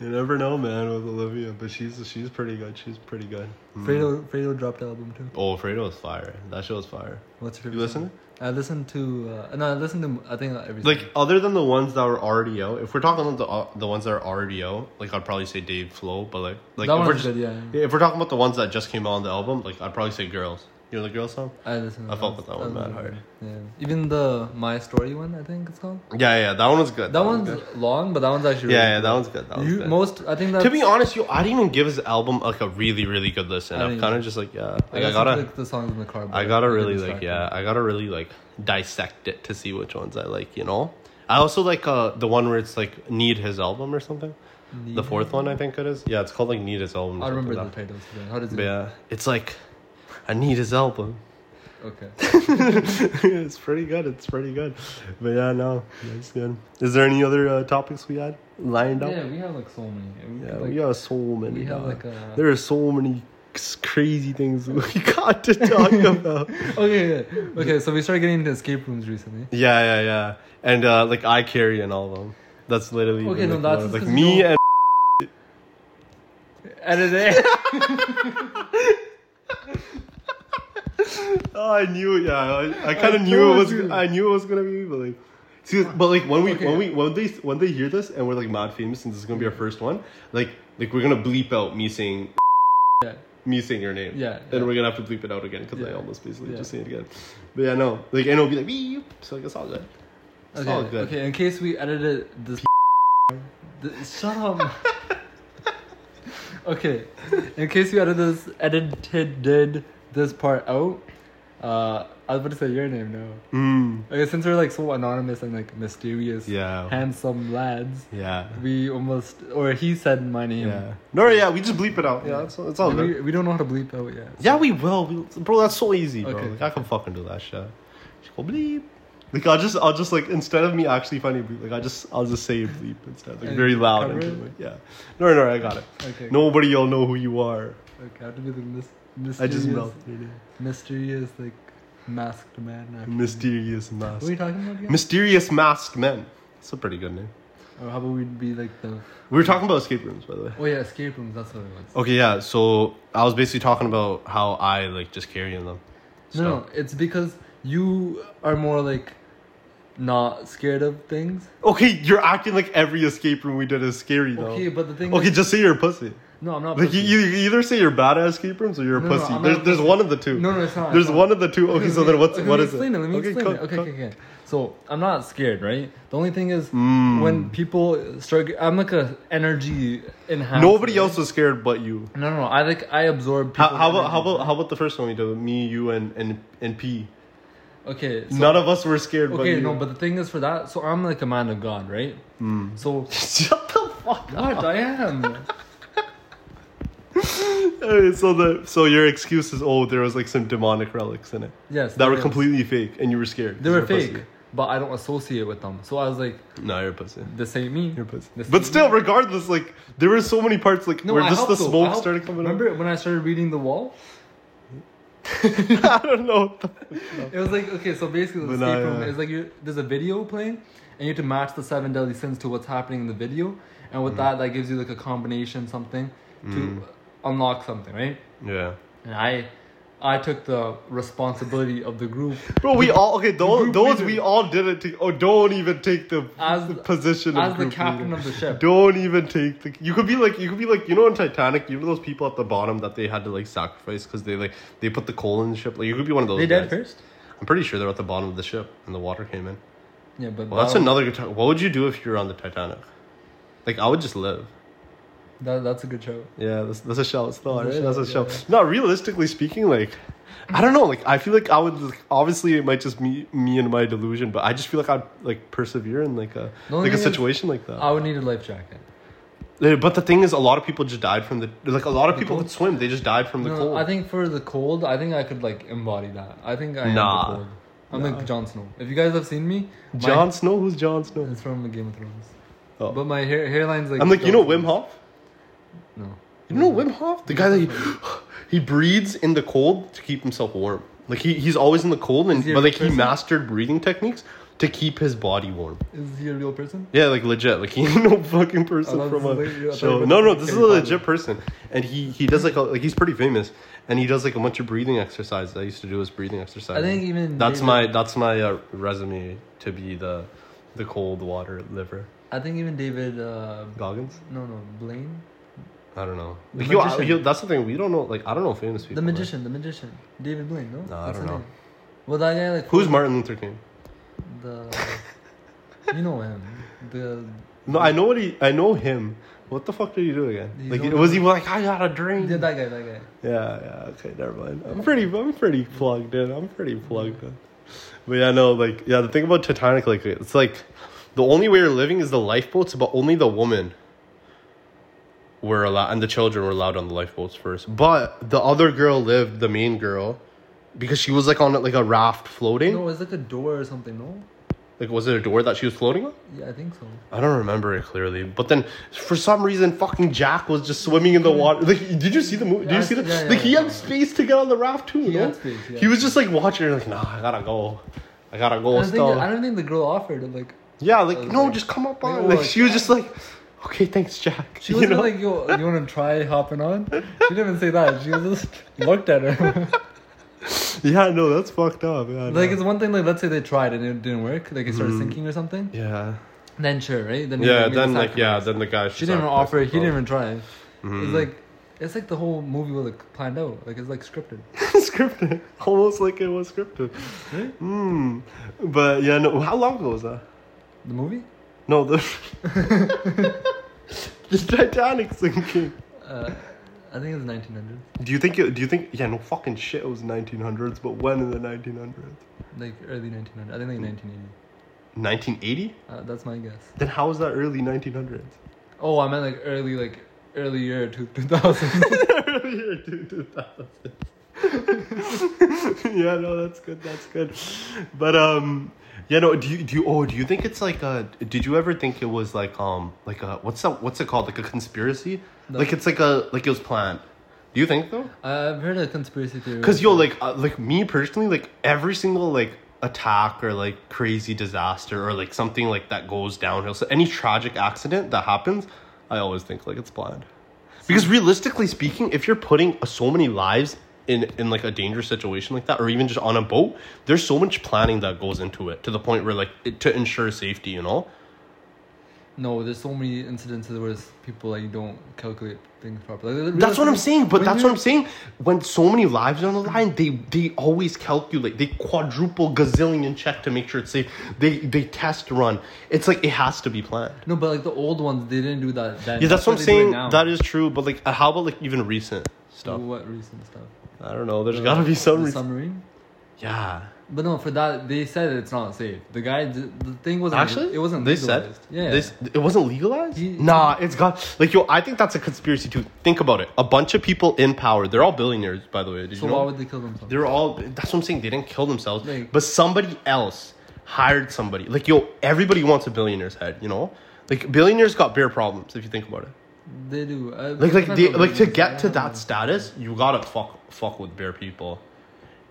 S1: you never know, man. With Olivia, but she's she's pretty good. She's pretty good. Mm-hmm.
S2: Fredo, Fredo dropped the album too.
S1: Oh, Fredo was fire. That show was fire.
S2: What's your
S1: You
S2: favorite?
S1: listen?
S2: Song? I listened to. Uh, no, I listened to. I think every.
S1: Like
S2: song.
S1: other than the ones that were already out, if we're talking about the uh, the ones that are already out, like I'd probably say Dave Flo. But like like
S2: that
S1: if we're,
S2: one's
S1: just,
S2: good. Yeah.
S1: yeah, if we're talking about the ones that just came out on the album, like I'd probably say Girls. You know the Girls song?
S2: I listened. to
S1: I fuck with that one
S2: was
S1: mad
S2: good. Yeah. Even the my story one, I think it's called.
S1: Yeah, yeah, that one was good.
S2: That, one's
S1: good.
S2: long, but that one's actually.
S1: yeah, yeah,
S2: really good.
S1: that one's good. That one's
S2: you,
S1: good.
S2: Most, I think that's.
S1: To be honest, yo, I didn't even give his album like a really, really good listen.
S2: I
S1: I'm
S2: didn't
S1: kind of
S2: either.
S1: just like, yeah,
S2: I
S1: like I
S2: listened
S1: gotta,
S2: to, like, the songs in the car. but
S1: I gotta
S2: get
S1: really like,
S2: distracted.
S1: yeah, I gotta really like dissect it to see which ones I like. You know, I also like uh the one where it's like need his album or something. The
S2: Need
S1: fourth one, I think it is. Yeah, it's called like need his album. or
S2: I
S1: something
S2: remember the
S1: like that.
S2: titles. Today. How does it?
S1: But yeah, it's like I need his album.
S2: Okay.
S1: it's pretty good. It's pretty good. But yeah, no, that's good. Is there any other uh, topics we had lined up?
S2: Yeah, we have like so many. We
S1: Yeah,
S2: could,
S1: we
S2: like,
S1: got so many.
S2: we have
S1: dog.
S2: like a.
S1: There are so many crazy things we got to talk about.
S2: Okay, yeah. okay. So we started getting into escape rooms recently.
S1: Yeah, yeah, yeah. And uh, like I carry and all of them. That's literally
S2: Okay,
S1: been,
S2: no,
S1: like,
S2: that's
S1: one of-
S2: just
S1: like
S2: 'cause
S1: me
S2: you
S1: and
S2: Edit it.
S1: oh, I knew it. Yeah, I, I kind
S2: I
S1: of knew it
S2: told
S1: was.
S2: you.
S1: I knew it was gonna be, but like, see, but like when we
S2: Okay.
S1: when we when they when they hear this and we're like mad famous and this is gonna be our first one, like like we're gonna bleep out me saying
S2: yeah.
S1: me saying your name.
S2: Yeah,
S1: Then
S2: yeah.
S1: we're gonna have to bleep it out again because I
S2: Yeah.
S1: almost basically
S2: Yeah.
S1: just saying it again. But yeah, no, like and it'll be like beep. So like it's all good. It's
S2: Okay.
S1: all good.
S2: Okay. In case we edited this. Th- shut up. okay. In case you edit this, edited this part out. Uh, I was about to say your name now.
S1: Mm.
S2: Okay, since we're like so anonymous and like mysterious,
S1: Yeah.
S2: handsome lads,
S1: Yeah.
S2: we almost or he said my name.
S1: Yeah. No, yeah, we just bleep it out. Yeah, it's, it's all
S2: And
S1: good.
S2: We, we don't know how to bleep out yet.
S1: Yeah, we will. We, bro, that's so easy, bro.
S2: Okay.
S1: Like, I can fucking do that shit. Just go bleep. Like I'll just I'll just like instead of me actually finding bleep, like I just I'll just say bleep instead. Like
S2: And
S1: very loud and
S2: cover
S1: just,
S2: it?
S1: like, yeah. No no, I got it.
S2: Okay.
S1: Nobody'll know who you are.
S2: Okay, I have to be the mis-
S1: I
S2: mysterious,
S1: just melt your name.
S2: mysterious like masked man. After.
S1: Mysterious
S2: What are
S1: mask.
S2: you talking about again?
S1: Mysterious masked men. That's a pretty good name.
S2: or how about we be like the
S1: We were talking about escape rooms, by the way.
S2: oh yeah escape rooms? That's what it was.
S1: Okay, yeah. So I was basically talking about how I like just carrying them.
S2: No, no, it's because you are more like not scared of things.
S1: Okay, you're acting like every escape room we did is scary though.
S2: Okay, but the thing.
S1: Okay,
S2: is,
S1: just say you're a pussy.
S2: no, I'm not.
S1: Like you,
S2: pussy.
S1: you either say you're bad at escape rooms or you're a
S2: No, no,
S1: pussy.
S2: I'm
S1: there's
S2: not a
S1: there's
S2: pussy.
S1: one of the two.
S2: No, no, it's not.
S1: There's
S2: it's not.
S1: one of the two. Okay, so then what's
S2: okay,
S1: what
S2: let me
S1: is
S2: explain it? Let me
S1: okay,
S2: explain
S1: co-
S2: it. Okay,
S1: co-
S2: okay, okay. So I'm not scared, right? The only thing is
S1: Hmm.
S2: when people start, ge- I'm like a energy enhancer.
S1: Nobody else was scared but you.
S2: No, no, no. I like I absorb.
S1: How,
S2: people's
S1: how about
S2: energy.
S1: how about how about the first one we did? with Me, you, and and and P.
S2: Okay. So,
S1: None of us were scared. but
S2: okay,
S1: you. Hmm.
S2: no, but the thing is for that. So I'm like a man of God, right? So
S1: shut the fuck. up.
S2: what I am.
S1: Alright, so the so your excuse is oh there was like some demonic relics in it
S2: Yes.
S1: that were
S2: yes.
S1: completely fake and you were scared.
S2: They were
S1: 'cause you're a
S2: fake, but I don't associate with them. So I was like,
S1: pussy. No, you're a pussy.
S2: this ain't me.
S1: You're a pussy.
S2: This
S1: But
S2: ain't
S1: still,
S2: me.
S1: regardless, like there were so many parts like
S2: No,
S1: where
S2: I
S1: just
S2: hope
S1: the
S2: so. I
S1: smoke
S2: hope-
S1: started coming.
S2: Remember when I started reading the wall?
S1: Out? I don't know. what the-
S2: It was like okay, so basically the
S1: But nah,
S2: escape room
S1: yeah.
S2: is like you there's a video playing, and you have to match the seven deadly sins to what's happening in the video, and
S1: Mm-hmm.
S2: with that that gives you like a combination something to unlock something, right?
S1: Yeah.
S2: And I, I took the responsibility of the group.
S1: Bro, we all okay. Those,
S2: group
S1: those we
S2: leader.
S1: all did it. To, oh, don't even take the,
S2: As-
S1: the position
S2: as
S1: of
S2: the
S1: group
S2: captain
S1: leader.
S2: of the ship.
S1: Don't even take the. You could be like you could be like you know in Titanic. You know those people at the bottom that they had to like sacrifice because they like they put the coal in the ship. Like you could be one of those.
S2: They
S1: guys.
S2: died first.
S1: I'm pretty sure they're at the bottom of the ship and the water came in.
S2: Yeah, but
S1: Well, that's
S2: that,
S1: another good. Talk. What would you do if you were on the Titanic? Like I would just live.
S2: that, that's a good show.
S1: Yeah, that's, that's a shell. It's not,
S2: That's a
S1: right? That's a
S2: shell,
S1: shell. Not realistically speaking, like, I don't know. Like, I feel like I would, like, obviously, it might just be me and my delusion, but I just feel like I'd, like, persevere in, like, a,
S2: The only
S1: like a
S2: thing is- uh,
S1: situation like that.
S2: I would need a life jacket.
S1: Yeah, but the thing is, a lot of people just died from the, like, a lot of people
S2: cold?
S1: that swim, they just died from the
S2: No,
S1: cold.
S2: I think for the cold, I think I could like embody that. I think I
S1: Nah.
S2: am the cold. I'm like Jon Snow. If you guys have seen me, my-
S1: Jon Snow? Who's Jon Snow?
S2: it's from Game of Thrones.
S1: Oh.
S2: But my hair hairline's like
S1: I'm like, you know
S2: Jon
S1: Wim
S2: Snow's.
S1: Hof?
S2: No.
S1: You know Wim Hof? The guy that he, he breathes in the cold to keep himself warm. Like, he, he's always in the cold, and,
S2: Is he a
S1: but, like,
S2: good
S1: he
S2: person?
S1: mastered breathing techniques to keep his body warm.
S2: Is he a real person?
S1: Yeah, like legit. Like he's no fucking person
S2: I thought
S1: from
S2: this is like- I
S1: a
S2: thought
S1: show.
S2: you were
S1: No, no,
S2: like
S1: this is a
S2: Harry Potter.
S1: legit person, and he he does like a, like he's pretty famous, and he does like a bunch of breathing exercises. I used to do his breathing exercise.
S2: I think even
S1: that's
S2: David-
S1: my that's my uh, resume to be the the cold water liver
S2: I think even David. Uh,
S1: Goggins.
S2: no, no, Blaine,
S1: I don't know.
S2: The
S1: Like, yo, I-
S2: magician.
S1: yo, that's the thing we don't know. Like I don't know famous people.
S2: the
S1: man.
S2: magician, the magician, David Blaine. No,
S1: No, I
S2: What's
S1: don't
S2: his
S1: know.
S2: name? Well, that guy like
S1: Who's Martin Luther King?
S2: the. You know him. The
S1: No, I know what he. I know him. What the fuck did he do again?
S2: He's
S1: like
S2: older.
S1: was he like I got a dream?
S2: yeah, that guy, that guy.
S1: Yeah, yeah, okay, never mind. I'm pretty I'm pretty plugged in. I'm pretty plugged in. But yeah, no, like yeah, the thing about Titanic, like it's like the only way you're living is the lifeboats, but only the woman were allowed and the children were allowed on the lifeboats first. But the other girl lived, the main girl, because she was like on like a raft floating.
S2: No, it's like a door or something. No,
S1: Like, was it a door that she was floating on?
S2: Yeah, I think so.
S1: I don't remember it clearly, but then for some reason, fucking Jack was just swimming in the water. Like, did you see the movie? Did
S2: Yeah,
S1: you see the?
S2: Hmm. yeah, yeah,
S1: like, he
S2: yeah.
S1: had space to get on the raft too. He, no?
S2: had space, yeah.
S1: he was just like watching. Her, like, nah, I gotta go. I gotta
S2: I
S1: go
S2: don't, think,
S1: still.
S2: I don't think the girl offered it. Like
S1: yeah, like
S2: I was
S1: no,
S2: like-
S1: just come up
S2: like,
S1: on.
S2: oh,
S1: Like, she was
S2: Jack.
S1: just like, okay, thanks, Jack.
S2: she
S1: You
S2: wasn't
S1: know?
S2: like, "Yo, you want to try hopping on?" She didn't even say that. She just looked at her.
S1: yeah, no, that's fucked up. Yeah,
S2: like
S1: no.
S2: it's one thing. Like let's say they tried and it didn't work. Like it started sinking or something.
S1: yeah,
S2: Then sure, right? Then you
S1: Mm-hmm. yeah.
S2: made the
S1: Then like, yeah,
S2: sacrifice.
S1: then the guy.
S2: She didn't even offer. it, He didn't even try.
S1: Mhm.
S2: It's like it's like the whole movie was like planned out. Like it's like scripted.
S1: scripted, almost like it was scripted.
S2: Right?
S1: Hmm. But yeah, no. How long ago was that?
S2: The movie?
S1: No, the the Titanic sinking.
S2: Uh, I think it's 1900.
S1: Do you think? It, do you think? Yeah, no fucking shit. It was 1900s, but when in the 1900s?
S2: Like early 1900. I think like
S1: Mm.
S2: 1980.
S1: 1980?
S2: Uh, that's my guess.
S1: Then how is that early 1900s?
S2: Oh, I meant like early like early year two- 2000.
S1: Earlier, dude, 2000s. yeah, no, that's good. That's good. But um, yeah, no. Do you do you? Oh, do you think it's like a? Did you ever think it was like um like a what's that? What's it called? Like a conspiracy?
S2: No.
S1: Like it's like a like it was planned. Do you think though?
S2: I've heard a conspiracy theory.
S1: Cause yo, like, uh, like me personally, like every single like attack or like crazy disaster or like something like that goes downhill. So any tragic accident that happens, I always think like it's planned. Because realistically speaking, if you're putting uh, so many lives in in like a dangerous situation like that, or even just on a boat, there's so much planning that goes into it to the point where like it, to ensure safety, you know.
S2: No, there's so many incidences where it's people like don't calculate things properly. Like,
S1: That's what I'm saying, but
S2: when
S1: that's what
S2: you're-
S1: I'm saying. When so many lives are on the line, they they always calculate. They quadruple gazillion check to make sure it's safe. They they test run. It's like it has to be planned.
S2: No, but like the old ones, they didn't do that. Then.
S1: Yeah, that's what I'm
S2: why they do
S1: saying.
S2: it now.
S1: That is true, but like, uh, how about like even recent stuff?
S2: What recent stuff?
S1: I don't know.
S2: Uh,
S1: There's gotta be some.
S2: The
S1: Re-
S2: submarine.
S1: yeah,
S2: But no, for that they said it's not safe. The guy, d- the thing wasn't.
S1: actually,
S2: it wasn't.
S1: They
S2: legalized.
S1: said
S2: Yeah.
S1: this. It wasn't legalized.
S2: He-
S1: nah, it's got like yo. I think that's a conspiracy too. Think about it. A bunch of people in power. They're all billionaires, by the way. Did
S2: so
S1: you know?
S2: why would they kill themselves?
S1: They're all. That's what I'm saying. They didn't kill themselves,
S2: Like-
S1: but somebody else hired somebody. Like yo, everybody wants a billionaire's head. You know, like billionaires got beer problems if you think about it.
S2: They do. Uh,
S1: Like like
S2: depends
S1: they,
S2: on the
S1: like to
S2: business. I
S1: get to
S2: don't know.
S1: that status, you gotta fuck fuck with beer people,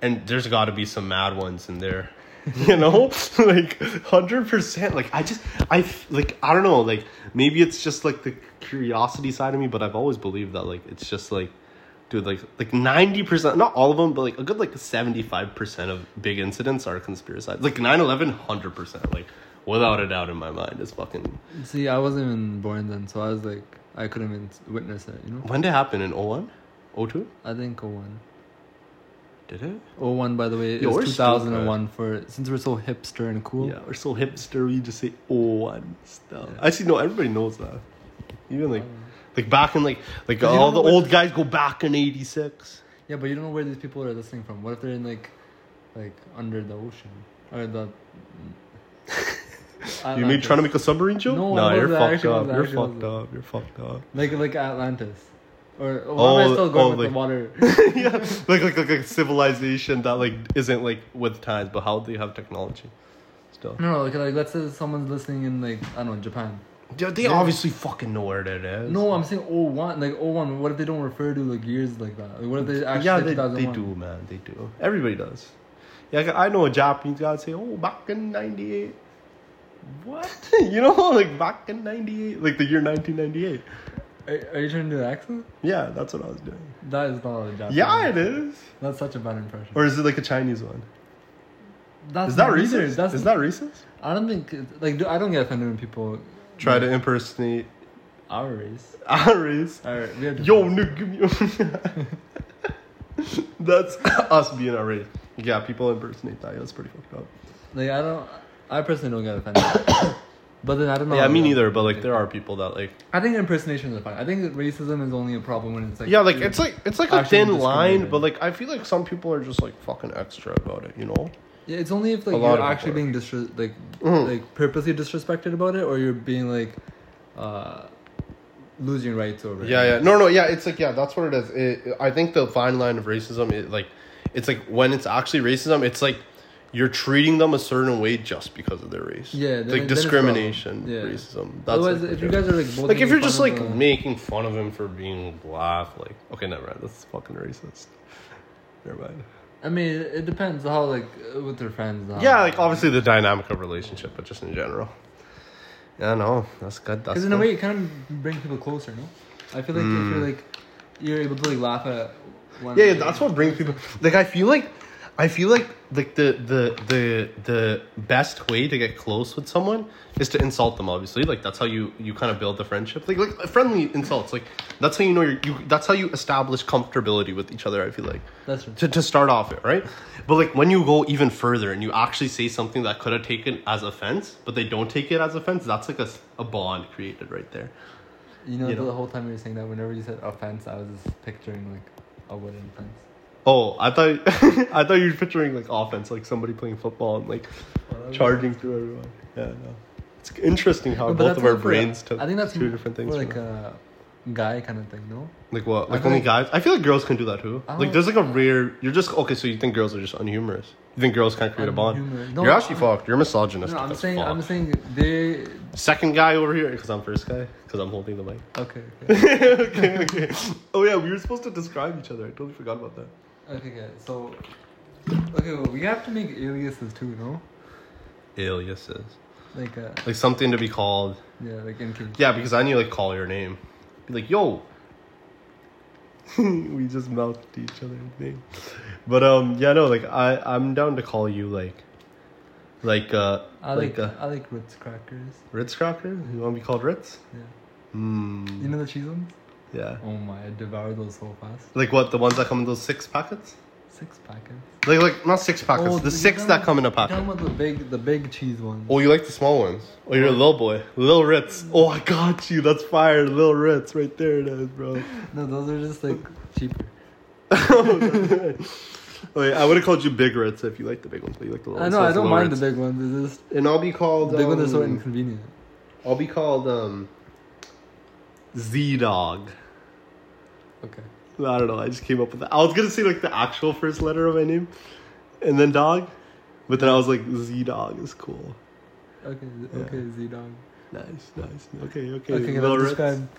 S1: and there's gotta be some mad ones in there. You know, like hundred percent. Like I just I f- like I don't know. Like maybe it's just like the curiosity side of me, but I've always believed that like it's just like. Dude, like like ninety percent, not all of them, but like a good like seventy five percent of big incidents are conspiracy. Like 9-11, 100 percent, like without a doubt in my mind, is fucking.
S2: See, I wasn't even born then, so I was like, I couldn't even witness it. You know,
S1: When did it happen in 01? 02?
S2: I think 01.
S1: Did it?
S2: 01, by the way, is
S1: Yo, we're
S2: 2001 for since we're so hipster and cool.
S1: Yeah, we're so hipster. We just say oh and stuff. Actually, no, everybody knows that. Even like, like back in like, like
S2: Cause you
S1: all
S2: don't
S1: the
S2: know what-
S1: old guys go back in '86.
S2: Yeah, but you don't know where these people are listening from. What if they're in like, like under the ocean or the.
S1: You made trying to make a submarine joke?
S2: No,
S1: nah,
S2: I
S1: you're
S2: wasn't. I
S1: fucked
S2: actually
S1: up.
S2: wasn't. I
S1: You're
S2: actually
S1: fucked up. You're fucked up.
S2: like like Atlantis, or why am
S1: Oh,
S2: I still going
S1: oh,
S2: with
S1: like-
S2: the water?
S1: yeah, like like like a civilization that like isn't like with times, but how do you have technology? Still,
S2: No, no, like, like let's say someone's listening in like I don't know Japan.
S1: they, they
S2: Yeah.
S1: obviously fucking know where that is.
S2: No, I'm saying 01, like 01, What if they don't refer to like years like that? Like, what if they actually
S1: yeah,
S2: say
S1: they, they
S2: 2001?
S1: do, man. They do. Everybody does. Yeah, like, I know a Japanese guy say, "Oh, back in '98." What? you know, like back in '98, like the year 1998.
S2: Are, are you trying to do the accent?
S1: Yeah, that's what I was doing.
S2: That is not a Japanese.
S1: Yeah, it is.
S2: that's such a bad impression.
S1: Or is it like a Chinese one?
S2: that's
S1: Is that
S2: not either.
S1: racist?
S2: That's
S1: is that racist?
S2: I don't think it- like do, I don't get offended when people
S1: Try to impersonate
S2: our race.
S1: our race.
S2: All right, we have to
S1: Yo, nigga, give me. that's us being our race. Yeah, people impersonate that. Yeah, that's pretty fucked up.
S2: like I don't. I personally don't get offended. but then I don't know.
S1: yeah, me neither. But like, there are people that like
S2: I think impersonations are fine. I think that racism is only a problem when it's like
S1: Yeah, like it's like it's like a
S2: Actually
S1: thin line,
S2: discriminated.
S1: but like I feel like some people are just like fucking extra about it, you know?
S2: Yeah, it's only if like
S1: A lot
S2: you're
S1: of
S2: actually
S1: people
S2: being disres- like
S1: Mhm.
S2: like purposely disrespected about it, or you're being like uh, losing rights over it.
S1: Yeah, yeah. No, no, yeah. It's like yeah, that's what it is. It, I think the fine line of racism, it like, it's like when it's actually racism, it's like you're treating them a certain way just because of their race.
S2: Yeah, then it- then
S1: like
S2: it's
S1: discrimination,
S2: wrong. Yeah.
S1: racism. That's
S2: Otherwise,
S1: like,
S2: if you guys are like both
S1: like if
S2: making
S1: you're
S2: fun
S1: just
S2: of
S1: like
S2: the-
S1: making fun of him for being black, like okay, never mind. That's fucking racist. Never mind.
S2: I mean, it depends how like uh, with their friends. How,
S1: Yeah, like obviously the dynamic of relationship, but just in general. Yeah, no, that's good. That's
S2: Because in a
S1: good.
S2: way, it kind of brings people closer, no? I feel like if you're like, you're able to like laugh at one.
S1: Mm. Yeah, yeah, that's what brings people. Like, I feel like, I feel like, like the the the the best way to get close with someone is to insult them. Obviously, like that's how you you kind of build the friendship. Like like friendly insults. Like that's how you know you're, you. That's how you establish comfortability with each other. I feel like
S2: That's right.
S1: to, to start off it, right? But like when you go even further and you actually say something that could have taken as offense, but they don't take it as offense. That's like a s- a bond created right there.
S2: You know,
S1: you know.
S2: the whole time you were saying that, whenever you said offense, I was just picturing like a wooden fence.
S1: Oh, I thought I thought you were picturing like offense, like somebody playing football and like charging through everyone. Yeah, no. It's interesting how
S2: No, but
S1: both
S2: that's
S1: of our
S2: more for a-
S1: brains took
S2: I think that's
S1: two different things.
S2: More like
S1: from that.
S2: a guy kind of thing, no?
S1: like what?
S2: I
S1: Like
S2: feel
S1: only
S2: like-
S1: guys? I feel like girls can do that too.
S2: I
S1: Like
S2: don't-
S1: there's like a rare. You're just okay. So you think girls are just unhumorous? You think girls can't create a
S2: Unhumorous.
S1: bond?
S2: No,
S1: you're actually
S2: I'm-
S1: fucked. You're misogynist.
S2: No,
S1: if
S2: I'm
S1: that's
S2: saying,
S1: fucked.
S2: I'm saying they.
S1: Second guy over here because I'm first guy because I'm holding the mic.
S2: Okay, okay,
S1: okay, okay. Oh yeah, we were supposed to describe each other. I totally forgot about that.
S2: okay, guys. So, okay, well, we have to make aliases too, no?
S1: Aliases,
S2: Like, uh,
S1: like something to be called.
S2: yeah, like in case.
S1: Yeah, because I need to like call your name. Be like, yo. we just mouthed each other's name. But um yeah, no, like I, I'm down to call you like like uh
S2: I
S1: like,
S2: like,
S1: uh
S2: I like Ritz crackers.
S1: Ritz Cracker? You wanna be called Ritz?
S2: Yeah.
S1: Hmm.
S2: You know the cheese ones?
S1: Yeah.
S2: Oh my, I devoured those so fast.
S1: Like what, the ones that come in those six packets?
S2: Six packets.
S1: Like like not six packets,
S2: Oh,
S1: the
S2: you're
S1: six
S2: talking
S1: that
S2: about-
S1: come in a
S2: you're
S1: packet.
S2: Talking about the big, the big cheese ones.
S1: Oh, you like the small ones? Oh, you're a little boy. Little Ritz. Oh, I got you. That's fire. Little Ritz. Right there it is, bro.
S2: No, those are just like cheaper.
S1: oh, yeah, I would have called you Big Ritz if you like the big ones, but you like the little
S2: I
S1: ones.
S2: know,
S1: so
S2: I
S1: it's
S2: don't
S1: lower
S2: mind the
S1: Ritz.
S2: big ones. It's just
S1: And I'll be called.
S2: the big ones are so
S1: um,
S2: inconvenient.
S1: I'll be called um, Z Dog.
S2: Okay.
S1: I don't know. I just came up with that. I was gonna say like the actual first letter of my name, and then dog, but then I was like Z Dog is cool.
S2: Okay. z-
S1: Yeah.
S2: Okay. Z dog.
S1: Nice, nice. Okay, okay.
S2: Okay. okay
S1: Little Ritz.
S2: let's describe.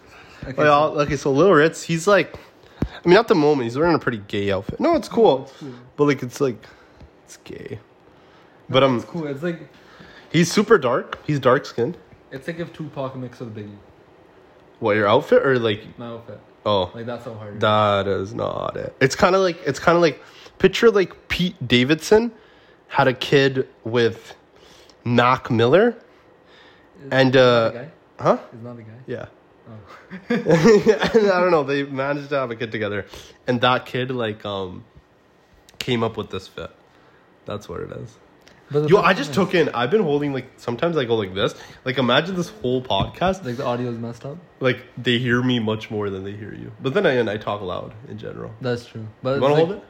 S2: Okay.
S1: Oh, yeah, I'll- okay, so Little Ritz, he's like, I mean, at the moment, he's wearing a pretty gay outfit. No,
S2: Oh,
S1: it's cool,
S2: so- yeah.
S1: but like, it's like, it's gay. But um,
S2: It's cool. It's like
S1: he's super dark. He's dark skinned.
S2: it's like if Tupac mixed with Biggie.
S1: What your outfit or like?
S2: My outfit.
S1: Oh,
S2: Like that's how hard. it is.
S1: that is not it. It's kind of like it's kind of like picture like Pete Davidson had a kid with Mac Miller, and
S2: Not the
S1: uh,
S2: guy.
S1: huh?
S2: It's not the guy.
S1: Yeah.
S2: Oh.
S1: and I don't know. They managed to have a kid together, and that kid like um came up with this fit. That's what it is.
S2: But the
S1: Yo,
S2: best
S1: I
S2: thing
S1: just
S2: is,
S1: took in. I've been holding like sometimes I go like this. Like imagine this whole podcast.
S2: like the audio's messed up.
S1: Like they hear me much more than they hear you. But then I and I talk loud in general.
S2: That's true. But
S1: You want to hold it?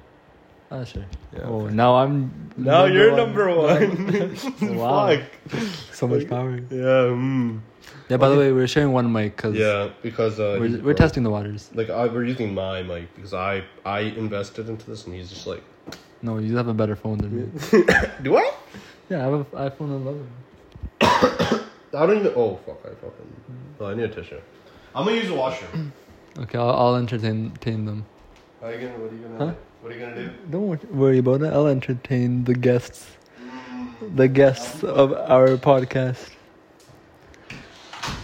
S2: Ah, sure.
S1: Yeah,
S2: oh,
S1: okay.
S2: now I'm.
S1: Now you're number one.
S2: Wow.
S1: Fuck.
S2: So much power.
S1: Yeah. Mm.
S2: Yeah. By the way, we're sharing one mic because
S1: Yeah. Because uh, he's
S2: we're, we're
S1: broke.
S2: testing the waters.
S1: Like I, we're using my mic because I I invested into this and he's just like,
S2: No, you have a better phone than me.
S1: do I?
S2: Yeah, I have an iPhone 11.
S1: I don't even. Oh fuck! I fucking. Oh, I need a tissue. I'm gonna use the washroom.
S2: Okay, I'll, I'll entertain, entertain them.
S1: How you gonna? What are you gonna?
S2: Huh?
S1: What are you gonna do?
S2: Don't wor- worry about it. I'll entertain the guests, the guests of our podcast.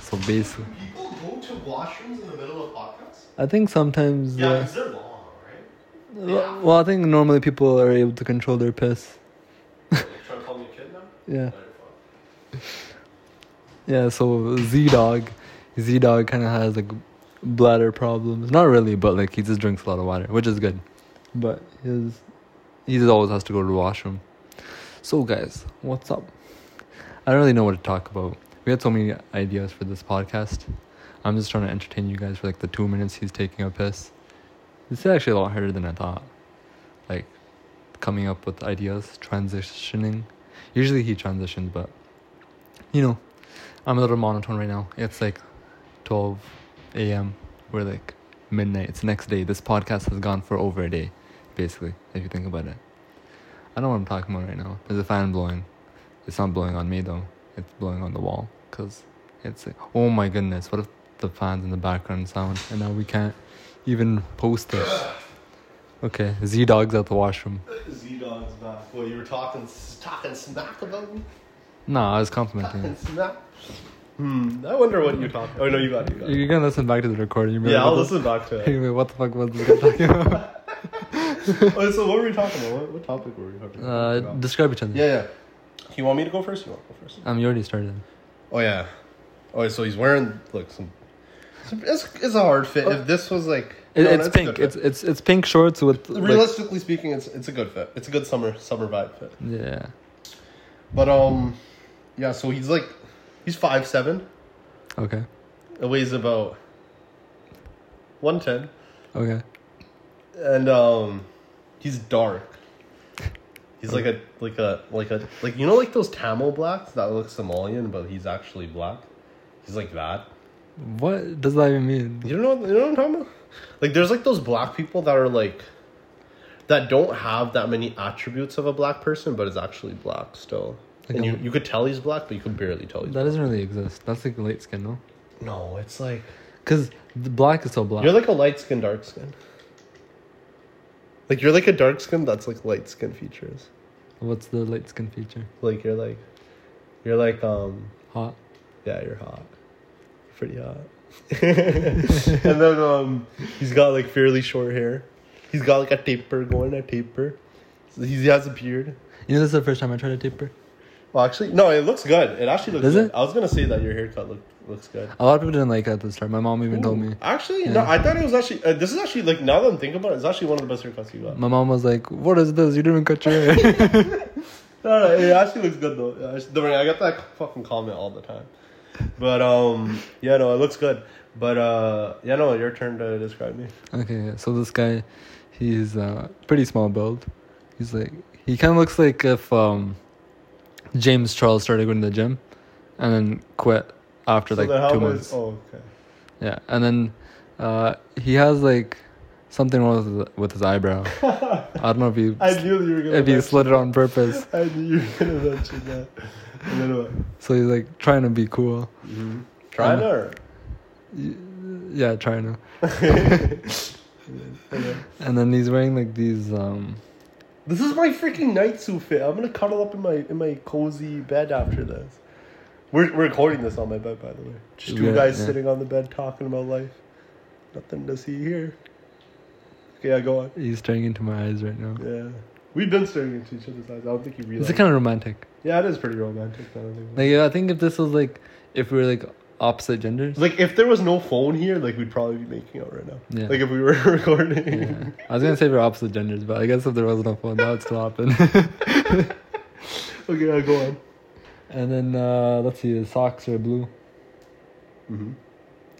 S2: So basically,
S1: People go to washrooms in the middle of podcasts.
S2: I think sometimes.
S1: Yeah,
S2: Uh,
S1: because they're long, right?
S2: well, well, I think normally people are able to control their piss.
S1: You're trying to call me a kid now?
S2: Yeah,
S1: No, you're fine.
S2: yeah. So Z Dog, Z Dog kind of has like bladder problems. Not really, but like he just drinks a lot of water, which is good. But his he just always has to go to the washroom. So guys, what's up? I don't really know what to talk about. We had so many ideas for this podcast. I'm just trying to entertain you guys for like the two minutes he's taking a piss. This is actually a lot harder than I thought. Like coming up with ideas, transitioning. Usually he transitions, but you know, I'm a little monotone right now. It's like 12 a.m. We're like midnight. It's the next day. This podcast has gone for over a day, basically, if you think about it. I know what I'm talking about right now. There's a fan blowing. It's not blowing on me though. It's blowing on the wall because it's. oh my goodness! What if the fans in the background sound and now we can't even post this? Okay, Z Dog's at the washroom.
S1: Z Dog's back. Well, you were talking talking smack about me.
S2: Nah, I was complimenting.
S1: Talking
S2: you.
S1: smack. Hmm. I wonder what you're talking. Oh no, you got it. You got it.
S2: You're gonna listen back to the recording. You
S1: Yeah, I'll listen back to it.
S2: Anyway, what the fuck was this guy talking about?
S1: Oh, so what were we talking about? What, what topic were we talking
S2: Uh,
S1: about?
S2: describe each other.
S1: yeah, yeah. You want me to go first? You want to go first?
S2: Um, you already started.
S1: Oh yeah. Oh, so he's wearing look some. It's, it's a hard fit. If this was like,
S2: It,
S1: No, no,
S2: it's
S1: a good
S2: pink.
S1: fit.
S2: It's it's it's pink shorts with like-
S1: realistically speaking, it's it's a good fit. It's a good summer summer vibe fit.
S2: yeah.
S1: But um, yeah. So he's like, he's five seven.
S2: Okay.
S1: Weighs about one ten,
S2: Okay.
S1: and um, he's dark. He's like a like a like a like you know like those Tamil blacks that look Somalian, but he's actually black. He's like that.
S2: What does that even mean?
S1: You don't know what- you know what I'm talking about? Like there's like those black people that are like that don't have that many attributes of a black person, but is actually black still.
S2: Like
S1: and
S2: a-
S1: you, you could tell he's black, but you could barely tell he's
S2: That doesn't really exist. That's like light skin, no?
S1: black. No, it's like
S2: Because the black is so black.
S1: you're like a light skin, dark skin. Like you're like a dark skin that's like light skin features.
S2: What's the light skin feature?
S1: Like you're like you're like um
S2: Hot.
S1: yeah, you're hot. Pretty hot. and then um, he's got like fairly short hair. He's got like a taper going, a taper. So he has a beard.
S2: You know, this is the first time I tried a taper.
S1: Well, actually, no, it looks good. It actually looks
S2: Does
S1: good.
S2: it?
S1: I was gonna say that your haircut look, looks good.
S2: A lot of people didn't like it at the start. My mom even told me.
S1: Actually, no, I thought it was actually. Uh, this is actually like now that I'm thinking about it, it's actually one of the best haircuts you got.
S2: My mom was like, "What is this? You didn't even cut your hair."
S1: No, no, it actually looks good though. Yeah, it's- don't worry, I get that fucking comment all the time. But um, yeah, no, it looks good. But uh, yeah, no, your turn to describe me.
S2: okay, so this guy, he's uh, pretty small build. He's like, he kind of looks like if um, James Charles started going to the gym, and then quit after
S1: So then
S2: like
S1: how
S2: two
S1: was-
S2: months.
S1: Oh, okay.
S2: Yeah, and then uh, he has like something wrong with his, with his eyebrow. I don't know if you
S1: I knew you were gonna.
S2: if you
S1: mention,
S2: slid it on purpose.
S1: I knew you were gonna mention that. And then what?
S2: So he's like trying to be cool.
S1: Try
S2: Um,
S1: it or
S2: Yeah, trying to. And then he's wearing like these um
S1: This is my freaking night suit fit. I'm gonna cuddle up in my in my cozy bed after this. We're we're recording this on my bed, by the way. Just two
S2: Yeah,
S1: guys
S2: yeah.
S1: sitting on the bed talking about life. Nothing to see here. Okay, yeah, go on.
S2: he's staring into my eyes right now.
S1: Yeah, we've been staring into each other's eyes. I don't think you
S2: It's
S1: realize.
S2: kind of romantic.
S1: yeah, it is pretty romantic. I don't think.
S2: Like I think if this was like if we were like opposite genders.
S1: Like if there was no phone here, like we'd probably be making out right now.
S2: Yeah.
S1: Like if we were recording.
S2: Yeah. I was gonna say we're opposite genders, but I guess if there was no phone, that would still happen.
S1: Okay, yeah, go on.
S2: and then uh let's see, his socks are blue.
S1: Mhm.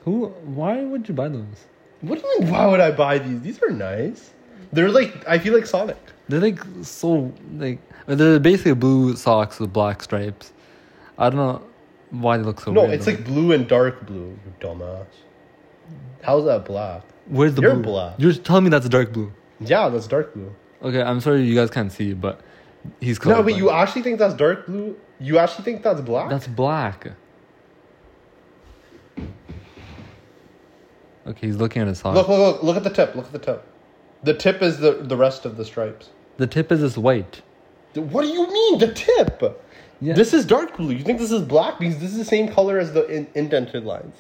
S2: Who? Why would you buy those?
S1: What do you mean? Why would I buy these? These are nice. They're like I feel like Sonic.
S2: They're like so like they're basically blue socks with black stripes. I don't know why they look so.
S1: no,
S2: weird,
S1: it's
S2: though.
S1: like blue and dark blue. You dumbass. How's that black?
S2: where's the
S1: you're
S2: blue?
S1: black.
S2: You're telling me that's dark blue.
S1: Yeah, that's dark blue.
S2: Okay, I'm sorry you guys can't see, but he's
S1: No,
S2: colorblind.
S1: but you actually think that's dark blue? You actually think that's black?
S2: That's black. Okay, he's looking at his sock.
S1: look, look, look, look at the tip. Look at the tip. The tip is the the rest of the stripes.
S2: The tip is this white.
S1: What do you mean the tip?
S2: Yeah.
S1: This is dark blue. You think this is black because this is the same color as the in- indented lines.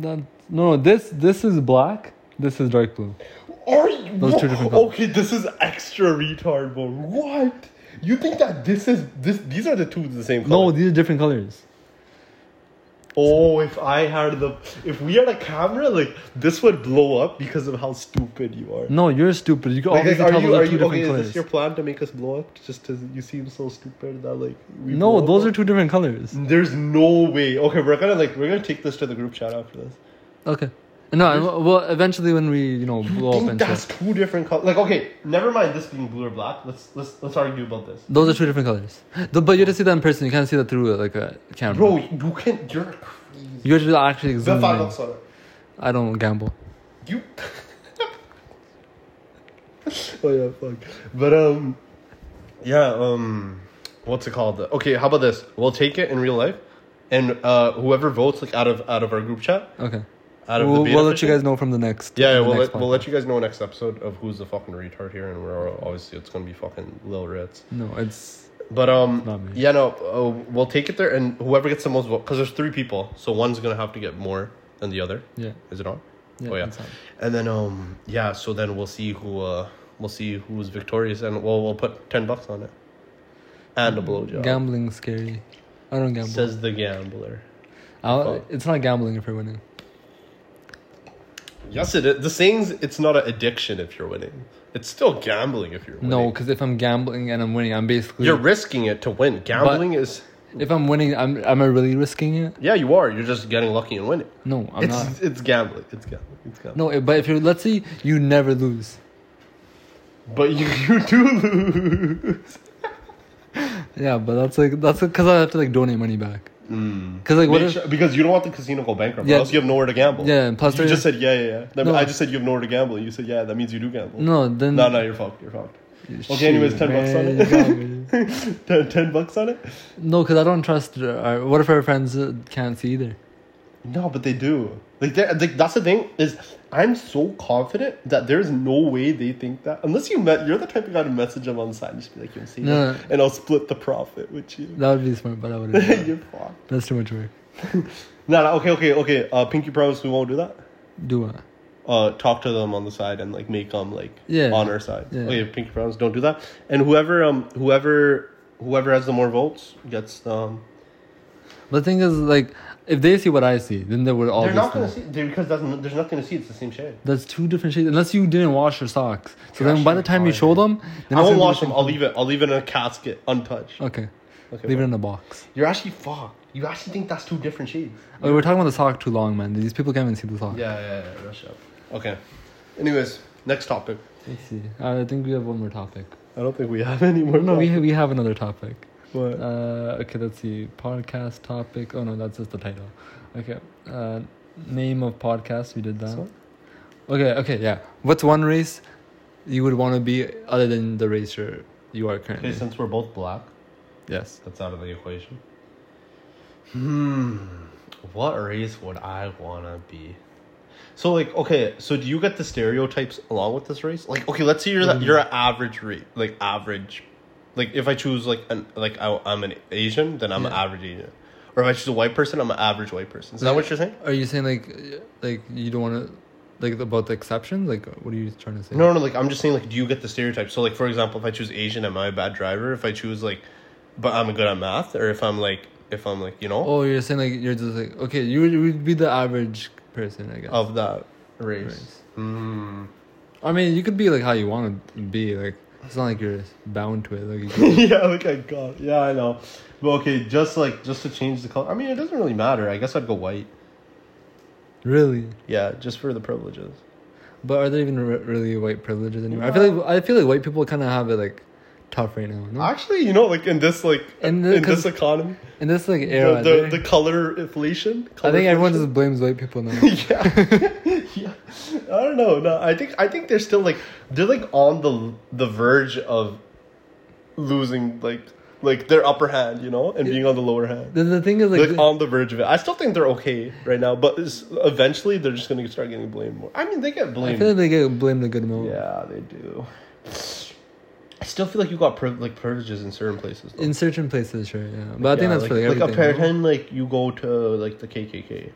S2: That, no, no, this this is black. This is dark blue.
S1: Are you,
S2: Those two different colors.
S1: Okay, this is extra retard, bro. What? You think that this is this? These are the two the same
S2: No,
S1: color.
S2: these are different colors.
S1: Oh, if I had the, if we had a camera, like this would blow up because of how stupid you are.
S2: No, you're stupid. You can
S1: Like,
S2: obviously
S1: are
S2: tell
S1: you,
S2: those
S1: are
S2: are two
S1: you
S2: different
S1: okay? Is
S2: colors.
S1: this your plan to make us blow up? Just to you seem so stupid that like. We
S2: No,
S1: blow
S2: those
S1: up?
S2: are two different colors.
S1: There's no way. Okay, we're gonna like we're gonna take this to the group chat after this.
S2: Okay. No, I- well, eventually when we, you know,
S1: You
S2: blow up
S1: think
S2: and
S1: that's
S2: stuff.
S1: two different colors? Like, okay, never mind this being blue or black. Let's let's let's argue about this.
S2: Those are two different colors. Th- But you have to see that in person. You can't see that through uh, like a camera.
S1: Bro, you can. You're crazy.
S2: You have to actually
S1: The
S2: zoom
S1: final
S2: in.
S1: Sonic.
S2: I don't gamble.
S1: You. oh yeah, fuck. But um, Yeah. Um, what's it called? Okay, how about this? We'll take it in real life, and uh, whoever votes like out of out of our group chat,
S2: Okay.
S1: out of
S2: we'll,
S1: the beta
S2: we'll let you
S1: session-
S2: guys know from the next.
S1: Yeah,
S2: the
S1: we'll
S2: next
S1: let, we'll
S2: podcast.
S1: let you guys know next episode of who's the fucking retard here, and we're obviously it's gonna be fucking Lil Ritz.
S2: No, it's
S1: But
S2: Not
S1: um,
S2: me.
S1: yeah, no, uh, we'll take it there, and whoever gets the most vote, because there's three people, so one's gonna have to get more than the other.
S2: yeah.
S1: Is it on?
S2: yeah
S1: oh yeah.
S2: it's on.
S1: And then um, yeah, so then we'll see who uh, we'll see who's victorious, and we'll we'll put ten bucks on it, and a
S2: Mm,
S1: blowjob.
S2: Gambling's scary. I don't gamble.
S1: Says the gambler.
S2: I'll,
S1: fuck.
S2: it's not gambling if you're winning.
S1: Yes, it is. The saying's it's not an addiction if you're winning. It's still gambling if you're winning.
S2: No, because if I'm gambling and I'm winning, I'm basically
S1: you're risking it to win. Gambling is
S2: if I'm winning, I'm am I really risking it?
S1: yeah, you are. You're just getting lucky and winning.
S2: No, I'm
S1: it's
S2: not.
S1: it's gambling. It's gambling. It's gambling.
S2: No, but if you're let's say you never lose.
S1: But you, you do lose.
S2: Yeah, but that's like that's because I have to like donate money back.
S1: Hmm.
S2: Because like what
S1: Make
S2: if
S1: sure- because you don't want the casino to go bankrupt.
S2: Yeah.
S1: Else you have nowhere to gamble.
S2: yeah? and Plus,
S1: You
S2: there-
S1: just said yeah, yeah, yeah. That-
S2: No.
S1: I just said you have nowhere to gamble. You said yeah. That means you do gamble.
S2: no, then
S1: no, no, you're fucked. You're fucked. Okay, anyways,
S2: Shoot,
S1: 10 bucks on
S2: man,
S1: it.
S2: you got me.
S1: Ten, 10 bucks on it?
S2: No, because I don't trust. Our, what if our friends uh, can't see either?
S1: No, but they do. Like, they're- like that's the thing is, I'm so confident that there's no way they think that unless you met. You're the type of guy to message them on the side and just be like, "You'll see,"
S2: No.
S1: this, and I'll split the profit with you.
S2: That would be smart, but I wouldn't.
S1: you're fucked.
S2: that's too much work.
S1: No, no, okay, okay, okay. Uh, pinky promise we won't do that.
S2: Do what?
S1: uh, talk to them on the side and like make them like
S2: Yeah.
S1: on our side.
S2: Yeah.
S1: Okay, pinky promise, don't do that. And whoever um whoever whoever has the more votes gets um.
S2: But the thing is, like, if they see what I see, then they would all.
S1: They're
S2: be
S1: not gonna
S2: smart.
S1: see they, because that's, there's nothing to see. It's the same shade.
S2: That's two different shades. Unless you didn't wash your socks, so then
S1: Gosh,
S2: by the time you
S1: sorry.
S2: show them, then
S1: I
S2: it's
S1: won't
S2: gonna be
S1: wash
S2: the
S1: them. I'll leave it. I'll leave it in a casket, untouched.
S2: same- Okay,
S1: Okay,
S2: leave it in a box.
S1: You're actually fucked. You actually think that's two different shades.
S2: Oh, we're talking about the sock too long, man. These people can't even see the sock.
S1: Yeah, yeah, yeah. Rush up. Okay. Anyways, next topic.
S2: Let's see. Uh, I think we have one more topic. Oh,
S1: I don't think we have any more.
S2: No, we
S1: topics.
S2: ha- we have another topic.
S1: What?
S2: Uh, okay, let's see. Podcast topic. Oh no, that's just the title. Okay. Uh, name of podcast. We did that.
S1: one?
S2: Okay. Okay. Yeah. What's one race you would want to be other than the race you're, you are currently?
S1: Okay, since we're both black,
S2: Yes.
S1: That's out of the equation. Hmm. What race would I wanna be? So like, okay, so do you get the stereotypes along with this race? Like, okay, let's say you're that you're an average race, like average. Like if I choose like an like I, I'm an Asian, then I'm an
S2: Yeah.
S1: average Asian. Or if I choose a white person, I'm an average white person. Is that what you're saying?
S2: Are you saying like uh, like you don't want to like about the exceptions? Like what are you trying to say?
S1: No, no, like I'm just saying, like, do you get the stereotype? So, like, for example, if I choose Asian, am I a bad driver? If I choose like, but I'm good at math, or if I'm like, if I'm like, you know,
S2: Oh, you're saying like you're just like okay, you would, you would be the average person, I guess.
S1: of that race.
S2: Race.
S1: Oh, Hmm.
S2: I mean, you could be like how you want to be. Like it's not like you're bound to it. Like you could-
S1: yeah, like I got. Yeah, I know. But okay, just like just to change the color. I mean, it doesn't really matter. I guess I'd go white.
S2: really.
S1: Yeah, just for the privileges.
S2: But are there even re- really white privileges anymore? I feel like I feel like white people kind of have it like tough right now. No?
S1: Actually, you know, like in this like
S2: In
S1: in,
S2: the-
S1: this
S2: 'cause
S1: economy,
S2: In this like
S1: the,
S2: era,
S1: the,
S2: there-
S1: the color inflation.
S2: I
S1: color
S2: think everyone
S1: inflation.
S2: just blames white people now.
S1: yeah. yeah, I don't know. No, I think I think they're still like they're like on the the verge of losing like like their upper hand, you know, and being on the lower hand.
S2: the, the thing is like,
S1: like
S2: th-
S1: on the verge of it. I still think they're okay right now, but it's- eventually they're just gonna start getting blamed more. I mean, they get
S2: I
S1: blamed.
S2: feel like they get blamed a good amount.
S1: yeah, they do. I still feel like you got priv- like privileges in certain places. Though.
S2: In certain places, sure, yeah. But I think
S1: Yeah, Oh.
S2: that's
S1: like,
S2: for like
S1: like
S2: everything.
S1: a
S2: no?
S1: pretend like you go to like the KKK.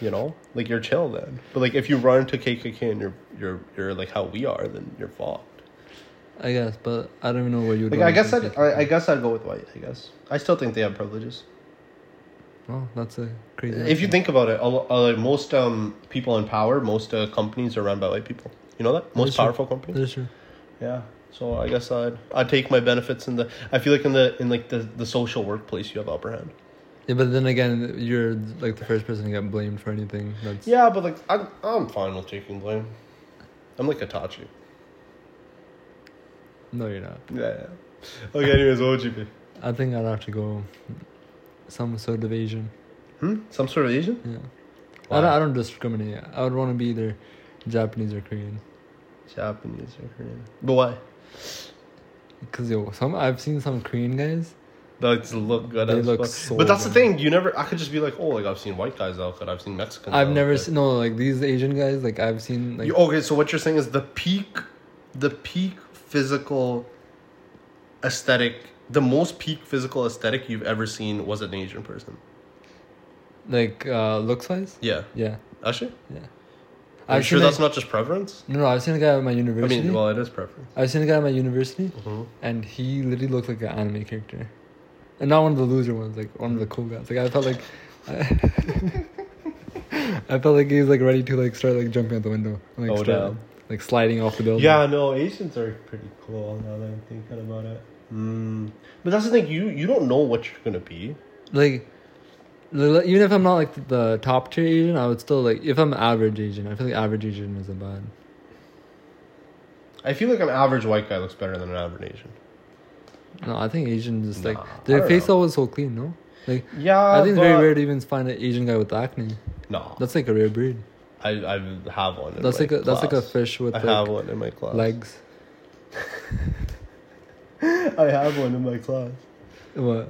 S1: you know, like you're chill then. But like if you run to KKK and you're you're you're like how we are, then you're fucked.
S2: I guess, but I don't even know where you. would
S1: Like
S2: want
S1: I
S2: to
S1: guess
S2: take
S1: I'd,
S2: it.
S1: I I guess I'd go with white. I guess I still think they have privileges.
S2: Oh, that's a crazy.
S1: If you think about it, a lo- uh, most um, people in power, most uh, companies are run by white people. You know that most
S2: is true.
S1: powerful companies.
S2: that's true.
S1: Yeah. So I guess I'd I'd take my benefits in the. I feel like in the in like the the social workplace you have upper hand.
S2: Yeah, but then again, you're like the first person to get blamed for anything. That's
S1: Yeah, but like I'm I'm fine with taking blame. I'm like Itachi.
S2: no, you're not.
S1: Yeah. yeah. Okay. Anyways, what would you be?
S2: I think I'd have to go some sort of Asian.
S1: Hmm. Some sort of Asian.
S2: Yeah. I,
S1: Why?
S2: don't, I don't discriminate. I would want to be either Japanese or Korean.
S1: Japanese or Korean. But why?
S2: Cause yo, some I've seen some Korean guys.
S1: That's look good.
S2: They
S1: as
S2: look
S1: fuck.
S2: so
S1: but that's the
S2: good.
S1: thing. You never. I could just be like, oh, like I've seen white guys out good. I've seen Mexicans.
S2: I've
S1: out
S2: never
S1: good.
S2: seen no like these Asian guys. Like I've seen like
S1: You- okay, so what you're saying is the peak, the peak physical aesthetic, the most peak physical aesthetic you've ever seen was an Asian person.
S2: like uh looks wise.
S1: Yeah,
S2: Yeah,
S1: actually,
S2: I've
S1: I'm sure
S2: seen,
S1: that's
S2: like-
S1: not just preference.
S2: no, no. I've seen a guy at my
S1: I
S2: university.
S1: mean, well, it is preference.
S2: I've seen a guy at my university,
S1: Mhm.
S2: and he literally looked like an anime character, and not one of the loser ones. Like one of the cool guys. Like I felt like. I, I felt like he was like ready to like start like jumping out the window, like
S1: Oh,
S2: start,
S1: damn.
S2: like sliding off the building.
S1: Yeah, no, Asians are pretty cool now that I'm thinking about it. Mm. But that's the thing. You you don't know what you're gonna be.
S2: like li- even if I'm not like the top tier Asian, I would still like if I'm average Asian. I feel like average Asian isn't bad.
S1: I feel like an average white guy looks better than an average Asian.
S2: No, I think Asian just like
S1: Nah, I
S2: their
S1: don't
S2: face
S1: know.
S2: always so clean. No, like
S1: Yeah,
S2: I think it's very
S1: but-
S2: rare to even find an Asian guy with acne.
S1: No,
S2: That's like a rare breed.
S1: I I have one. in
S2: That's
S1: my
S2: like a that's like a
S1: class.
S2: fish with
S1: I
S2: like
S1: have one in my class.
S2: legs.
S1: I have one in my class.
S2: What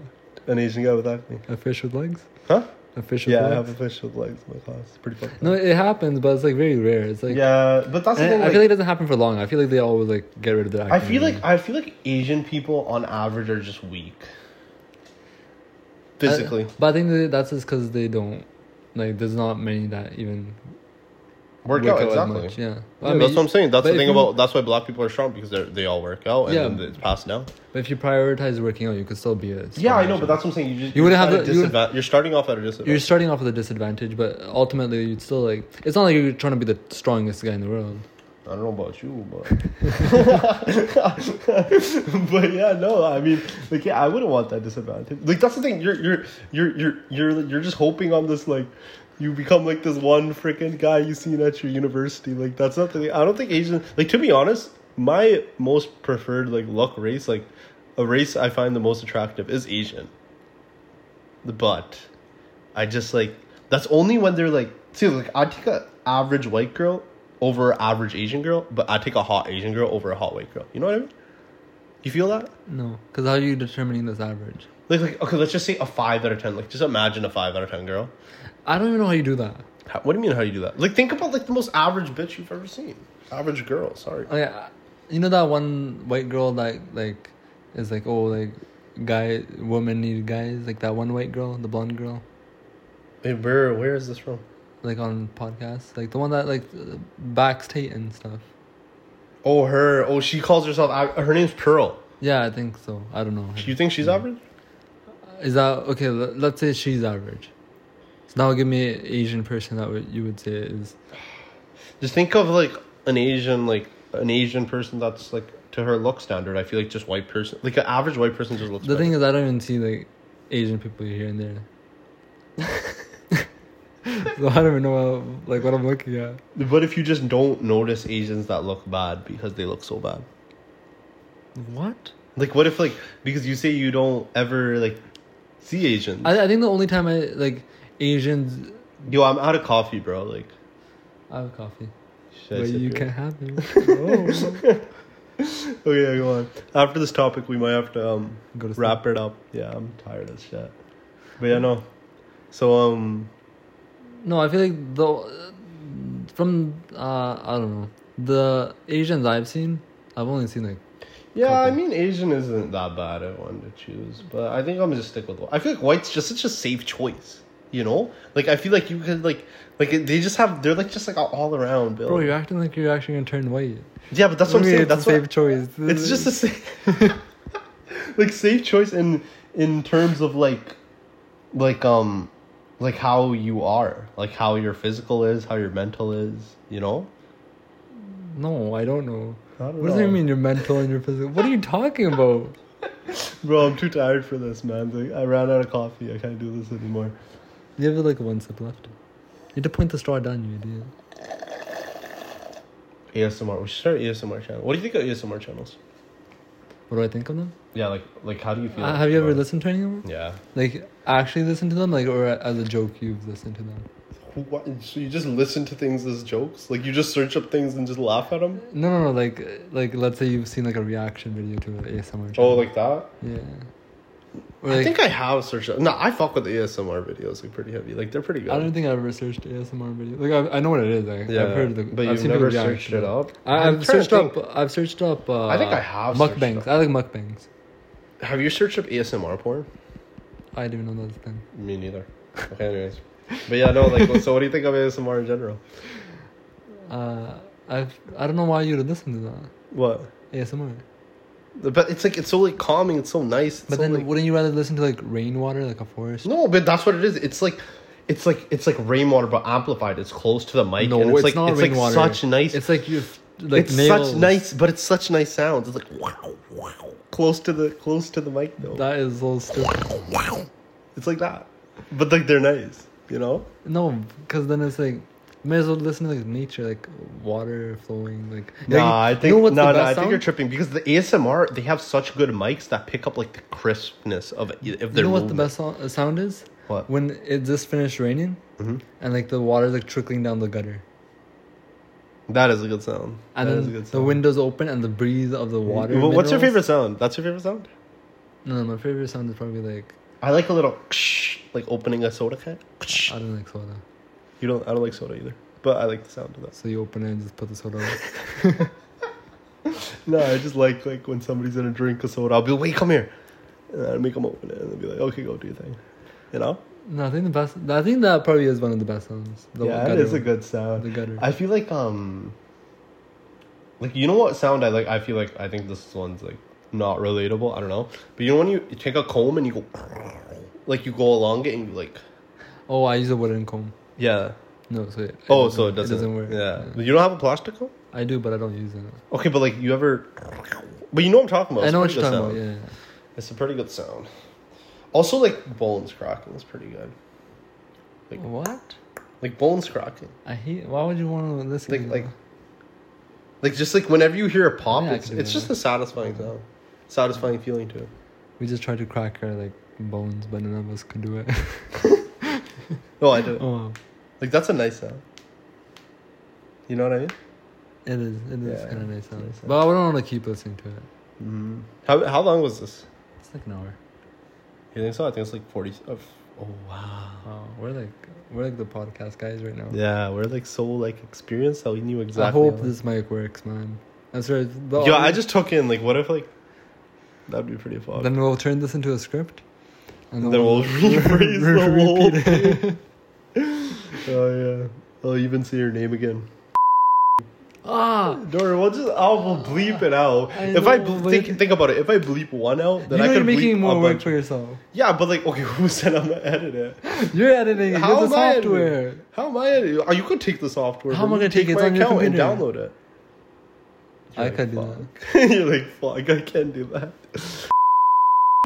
S1: An Asian guy with acne.
S2: a fish with legs?
S1: Huh?
S2: A fish with
S1: Yeah, I
S2: legs.
S1: have a fish with legs in my class. It's pretty fucked
S2: no,
S1: up.
S2: it happens, but it's like very rare. It's like
S1: yeah, but that's the
S2: and
S1: thing.
S2: I
S1: Like,
S2: feel like it doesn't happen for long. I feel like they always like get rid of their. Acne
S1: I feel like I feel like Asian people on average are just weak.
S2: I-
S1: Physically,
S2: Uh, but I think that that's just because they don't like. There's not many that even
S1: work, out
S2: as
S1: exactly.
S2: much, Yeah,
S1: Yeah, that's what I'm saying. That's
S2: but
S1: the
S2: if
S1: thing
S2: you-
S1: about that's why black people are strong because they they all work out and
S2: Yeah.
S1: then it's passed down.
S2: But if you prioritize working out, you could still be a.
S1: Yeah, I know, but
S2: strong Asian.
S1: that's what I'm saying. You just
S2: You
S1: you're
S2: wouldn't have
S1: at a
S2: the- you would-
S1: disadvan- You're starting off at a
S2: You're
S1: disadvantage.
S2: starting off with a disadvantage, but ultimately you'd still like. It's not like you're trying to be the strongest guy in the world.
S1: I don't know about you, but but yeah, no, I mean, like, yeah, I wouldn't want that disadvantage. Like, that's the thing. You're you're you're you're you're you're just hoping on this like. You become like this one freaking guy you seen at your university. Like that's not the thing. I don't think Asian. Like to be honest, my most preferred like luck race, like a race I find the most attractive is Asian. But I just like that's only when they're like see like I take a average white girl over a average Asian girl, but I take a hot Asian girl over a hot white girl. You know what I mean? You feel that?
S2: No, because how are you determining this average?
S1: Like like okay, let's just say a five out of ten. Like just imagine a five out of ten girl.
S2: I don't even know how you do that.
S1: How, what do you mean? How do you do that? Like think about like the most average bitch you've ever seen. Average girl. Sorry.
S2: Like, I- Oh, you know that one white girl that like is like oh like guy women need guys like that one white girl the blonde girl
S1: Wait, where where is this from?
S2: like on podcasts like the one that like uh, backs Tate and stuff.
S1: Oh her. Oh she calls herself. a- Her name's Pearl.
S2: Yeah, I think so. I don't know.
S1: You think she's average?
S2: Is that okay? le- Let's say she's average. So now give me an Asian person that would, you would say is
S1: Just think of like an Asian, like an Asian person that's like to her look standard. I feel like just white person, like an average white person just looks.
S2: the thing is I don't even see like Asian people here and there. so I don't even know what, like what I'm looking at.
S1: better. What if you just don't notice Asians that look bad because they look so bad?
S2: What?
S1: Like, what if like because you say you don't ever like see Asians?
S2: I I think the only time I like Asians.
S1: Yo, I'm out of coffee, bro. Like,
S2: I have coffee,
S1: should I
S2: but
S1: sip
S2: you
S1: yours?
S2: can't have it.
S1: Okay, go on. After this topic, we might have to um
S2: Go to sleep.
S1: wrap it up. Yeah, I'm tired as shit. But yeah, no. So um,
S2: No, I feel like the from uh I don't know the Asians I've seen. I've only seen like
S1: Yeah, I
S2: couple.
S1: mean Asian isn't that bad at one to choose, but I think I'm gonna just stick with white. I feel like white's just such a safe choice, you know. Like I feel like you could like like they just have they're like just like all around build.
S2: bro. You're acting like you're actually gonna turn white.
S1: yeah, but that's what I'm
S2: Maybe
S1: saying.
S2: it's
S1: That's
S2: a
S1: what
S2: safe choice.
S1: it's just a safe like safe choice in in terms of like like um like how you are, like how your physical is, how your mental is, you know.
S2: no. I don't know.
S1: I don't
S2: What does it
S1: know.
S2: mean? Your mental and your physical. What are you talking about?
S1: Bro, I'm too tired for this, man. Like, I ran out of coffee. I can't do this anymore.
S2: You have like one sip left. You had to point the straw down, you idiot.
S1: ASMR. We should start an ASMR channel. What do you think of ASMR channels?
S2: What do I think of them?
S1: Yeah, like like how do you feel?
S2: Uh, have you ever
S1: about it?
S2: listened to any of them?
S1: Yeah.
S2: Like actually listen to them, like or as a joke you've listened to them.
S1: what, so you just listen to things as jokes? Like you just search up things and just laugh at them?
S2: No, no, no. Like, uh, like let's say you've seen like a reaction video to an ASMR.
S1: Oh,
S2: channel.
S1: like that?
S2: yeah. Or,
S1: I
S2: like,
S1: think I have searched. up- No, I fuck with the ASMR videos like pretty heavy. Like they're pretty good.
S2: I don't think I've ever searched ASMR video. Like I, I know what it is. Like, I've heard the.
S1: but
S2: I've
S1: you've
S2: seen people
S1: never
S2: react
S1: searched
S2: to
S1: it up.
S2: I,
S1: I'm trying to
S2: I've searched up.
S1: think.
S2: I've searched up. Uh,
S1: I think I have searched
S2: mukbangs.
S1: up.
S2: I like mukbangs.
S1: Have you searched up ASMR porn?
S2: I didn't even know that's a thing.
S1: Me neither. Okay, anyways. But yeah, no. Like, so what do you think of ASMR in general?
S2: Uh, I've I don't know why you would listen to
S1: What?
S2: that ASMR.
S1: But it's like it's so like calming. It's so nice. It's
S2: But
S1: so,
S2: then,
S1: like-
S2: wouldn't you rather listen to like rainwater, like a forest?
S1: no, but that's what it is. It's like, it's like it's like rainwater but amplified. It's close to the mic. and it's, like, it's Like such nice.
S2: It's like you, like
S1: it's
S2: nails.
S1: such nice, but it's such nice sounds. It's like wow, wow, close to the close to the mic though.
S2: That is so stupid.
S1: wow, it's like that. But like they're nice, you know.
S2: No, because then it's like, may as well listen to like nature, like water flowing, like.
S1: Nah, I
S2: like,
S1: think no,
S2: what's the
S1: no,
S2: best
S1: I think
S2: sound?
S1: you're tripping because the ASMR they have such good mics that pick up like the crispness of it, if
S2: You
S1: they're
S2: know what the
S1: moving.
S2: best so- uh, sound is?
S1: What?
S2: When it just finished raining,
S1: Mm-hmm.
S2: and like the water's like trickling down the gutter,
S1: That is a good sound.
S2: and
S1: That is a
S2: then
S1: good
S2: the
S1: sound. Mm-hmm.
S2: windows open and the breeze of the water.
S1: Wha- What's your
S2: minerals-
S1: favorite sound? That's your favorite sound.
S2: No, no, my favorite sound is probably like
S1: I like a little like opening a soda can.
S2: I don't like soda,
S1: You don't. I don't like soda either, but I like the sound of that.
S2: so you open it and just put the soda. out.
S1: No, I just like like when somebody's gonna drink a soda, I'll be like, wait, come here, and I'll make them open it, and they'll be like, okay, go do your thing, you know.
S2: No, I think the best. I think that probably is one of the best songs. The
S1: yeah, it
S2: gutter
S1: is a
S2: one.
S1: good sound.
S2: The gutter.
S1: I feel like um, like you know what sound I like. I feel like I think this one's like not relatable. I don't know, but you know when you take a comb and you go, like you go along it and you like,
S2: Oh, I use a wooden comb.
S1: yeah.
S2: No, so it,
S1: Oh, so it
S2: doesn't-
S1: doesn't,
S2: work.
S1: Yeah. But you don't have a plastic comb.
S2: I do, but I don't use it.
S1: Okay, but like you ever, but you know what I'm talking about.
S2: I
S1: It's
S2: know
S1: a
S2: what
S1: pretty
S2: you're
S1: good sound.
S2: talking about. Yeah, yeah.
S1: It's a pretty good sound. Also, like bones cracking is pretty good. Like-
S2: What?
S1: Like bones cracking.
S2: I hate. Why would you want to listen?
S1: Like
S2: to
S1: like,
S2: that?
S1: like just like whenever you hear a pop,
S2: Yeah, I
S1: it's
S2: can do
S1: it's
S2: that.
S1: just a satisfying sound, satisfying feeling to it.
S2: we just tried to crack our like bones, but none of us could do it.
S1: No, I do.
S2: oh,
S1: Like that's a nice sound. You know what I mean?
S2: it is. It is
S1: Yeah,
S2: kind of nice
S1: it's
S2: sound,
S1: nice sound.
S2: but I wouldn't want to keep listening to it. Mm-hmm.
S1: How how long was this?
S2: It's like an hour.
S1: You think so? I think it's like forty. Oh, oh wow.
S2: Wow, we're like we're like the podcast guys right now.
S1: Yeah, we're like so like experienced that we knew exactly.
S2: I hope
S1: how-
S2: this mic works, man. I'm sorry. the
S1: Yeah, I
S2: audio-
S1: just took in like what if like that'd be pretty fun.
S2: Then we'll turn this into a script. And
S1: Then we'll rephrase the whole
S2: repeat it.
S1: thing. oh yeah. I'll even say your name again.
S2: Ah!
S1: Dora, we'll just I'll we'll bleep it out.
S2: I
S1: if I
S2: know,
S1: ble-
S2: but-
S1: think think about it, if I bleep one out,
S2: You
S1: then
S2: know
S1: I
S2: you're
S1: can bleep
S2: making more
S1: a
S2: work
S1: bunch.
S2: for yourself.
S1: Yeah, but like, okay, who said I'm gonna edit it?
S2: You're editing it.
S1: How
S2: You're the
S1: am I editing?
S2: software.
S1: How am I editing? Oh, you could take the software.
S2: How am
S1: but
S2: I gonna
S1: you
S2: take it? It's
S1: my
S2: on your
S1: account and download
S2: computer.
S1: it?
S2: I could do that.
S1: that. You're like, fuck, I can't do that.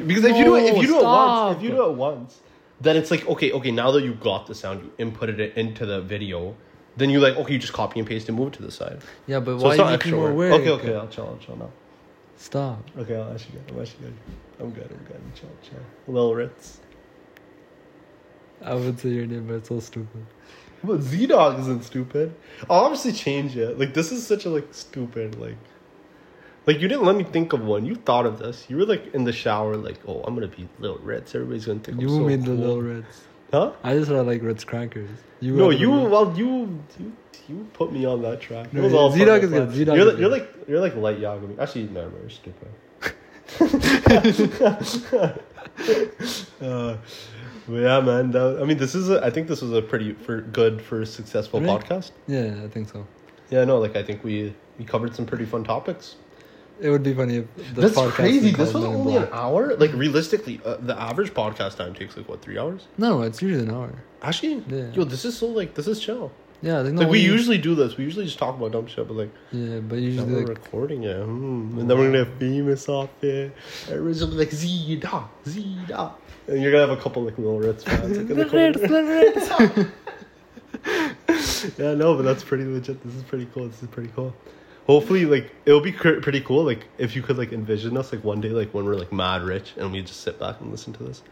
S1: because if you do it, if
S2: No,
S1: you do it once,
S2: stop.
S1: if you do it once, then it's like, okay, okay, now that you got the sound, you inputted it into the video, then you like, okay, you just copy and paste and move it to the side.
S2: Yeah, but
S1: So
S2: why
S1: it's
S2: are you
S1: not
S2: making
S1: extra
S2: more
S1: work.
S2: work?
S1: Okay, okay, I'll chill, I'll chill now.
S2: Stop.
S1: Okay, I'll actually good. I'm actually good. I'm good. I'm good. I'm chill, chill. Little Ritz.
S2: I would say your name, but it's so stupid.
S1: But Z Dog isn't stupid. I'll obviously change it. Like this is such a like stupid like like you didn't let me think of one. You thought of this. You were like in the shower, like, oh, I'm gonna be Little Ritz. Everybody's gonna think
S2: You
S1: I'm so
S2: made the
S1: cool."
S2: little Reds.
S1: huh?
S2: I just thought I like Ritz crackers. You
S1: No,
S2: are the
S1: you
S2: Little Reds.
S1: well you you you put me on that track. It
S2: No,
S1: was
S2: yeah,
S1: all part
S2: Z-Dog
S1: of
S2: is good.
S1: that.
S2: Z-Dog
S1: You're,
S2: is
S1: like- you're
S2: good.
S1: like you're like light Yagami. Actually, no, you're stupid. uh, but yeah, man. That, I mean, this is. A, I think this was a pretty for good for successful
S2: Right.
S1: podcast.
S2: Yeah, I think so.
S1: Yeah, no, like I think we we covered some pretty fun topics.
S2: It would be funny if the
S1: That's
S2: podcast
S1: crazy.
S2: is
S1: This
S2: called
S1: was
S2: Men in
S1: only an
S2: Black.
S1: hour. Like realistically, uh, the average podcast time takes like what three hours.
S2: No, it's usually an hour.
S1: Actually,
S2: Yeah.
S1: yo, this is so like this is chill.
S2: Yeah, I think the
S1: Like we
S2: only-
S1: usually do this. We usually just talk about dumb shit, but like
S2: Yeah, but
S1: now
S2: usually
S1: we're
S2: like
S1: recording it, hmm. and then we're gonna have famous off it. Everyone's gonna be like Z da Z da, and you're gonna have a couple like little Ritz fans like, in the
S2: Little Reds,
S1: corner.
S2: Little Reds.
S1: yeah, no, but that's pretty legit. This is pretty cool. This is pretty cool. Hopefully, like it'll be cr- pretty cool. Like if you could like envision us like one day, like when we're like mad rich, and we just sit back and listen to this.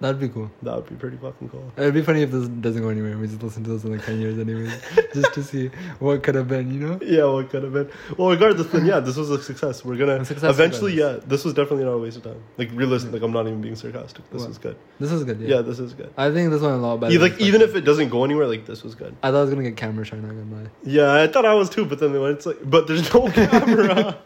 S2: That'd be cool.
S1: That would be pretty fucking cool.
S2: It'd be funny if this doesn't go anywhere. We just listen to this in like ten years, anyways, just to see what could have been. You know.
S1: Yeah, well, it could have been. Well, regardless, then yeah, this was a success. We're gonna
S2: A success
S1: eventually. Yeah, this was definitely not a waste of time. Like realistic. Like I'm not even being sarcastic. This
S2: What?
S1: was good.
S2: This is good.
S1: Yeah,
S2: Yeah.
S1: this is good.
S2: I think this one a lot better.
S1: Yeah,
S2: than
S1: like even
S2: fucking-
S1: if it doesn't go anywhere, like this was good.
S2: I thought I was gonna get camera shy, not gonna lie.
S1: Yeah, I thought I was too, but then when it's like, but there's no camera.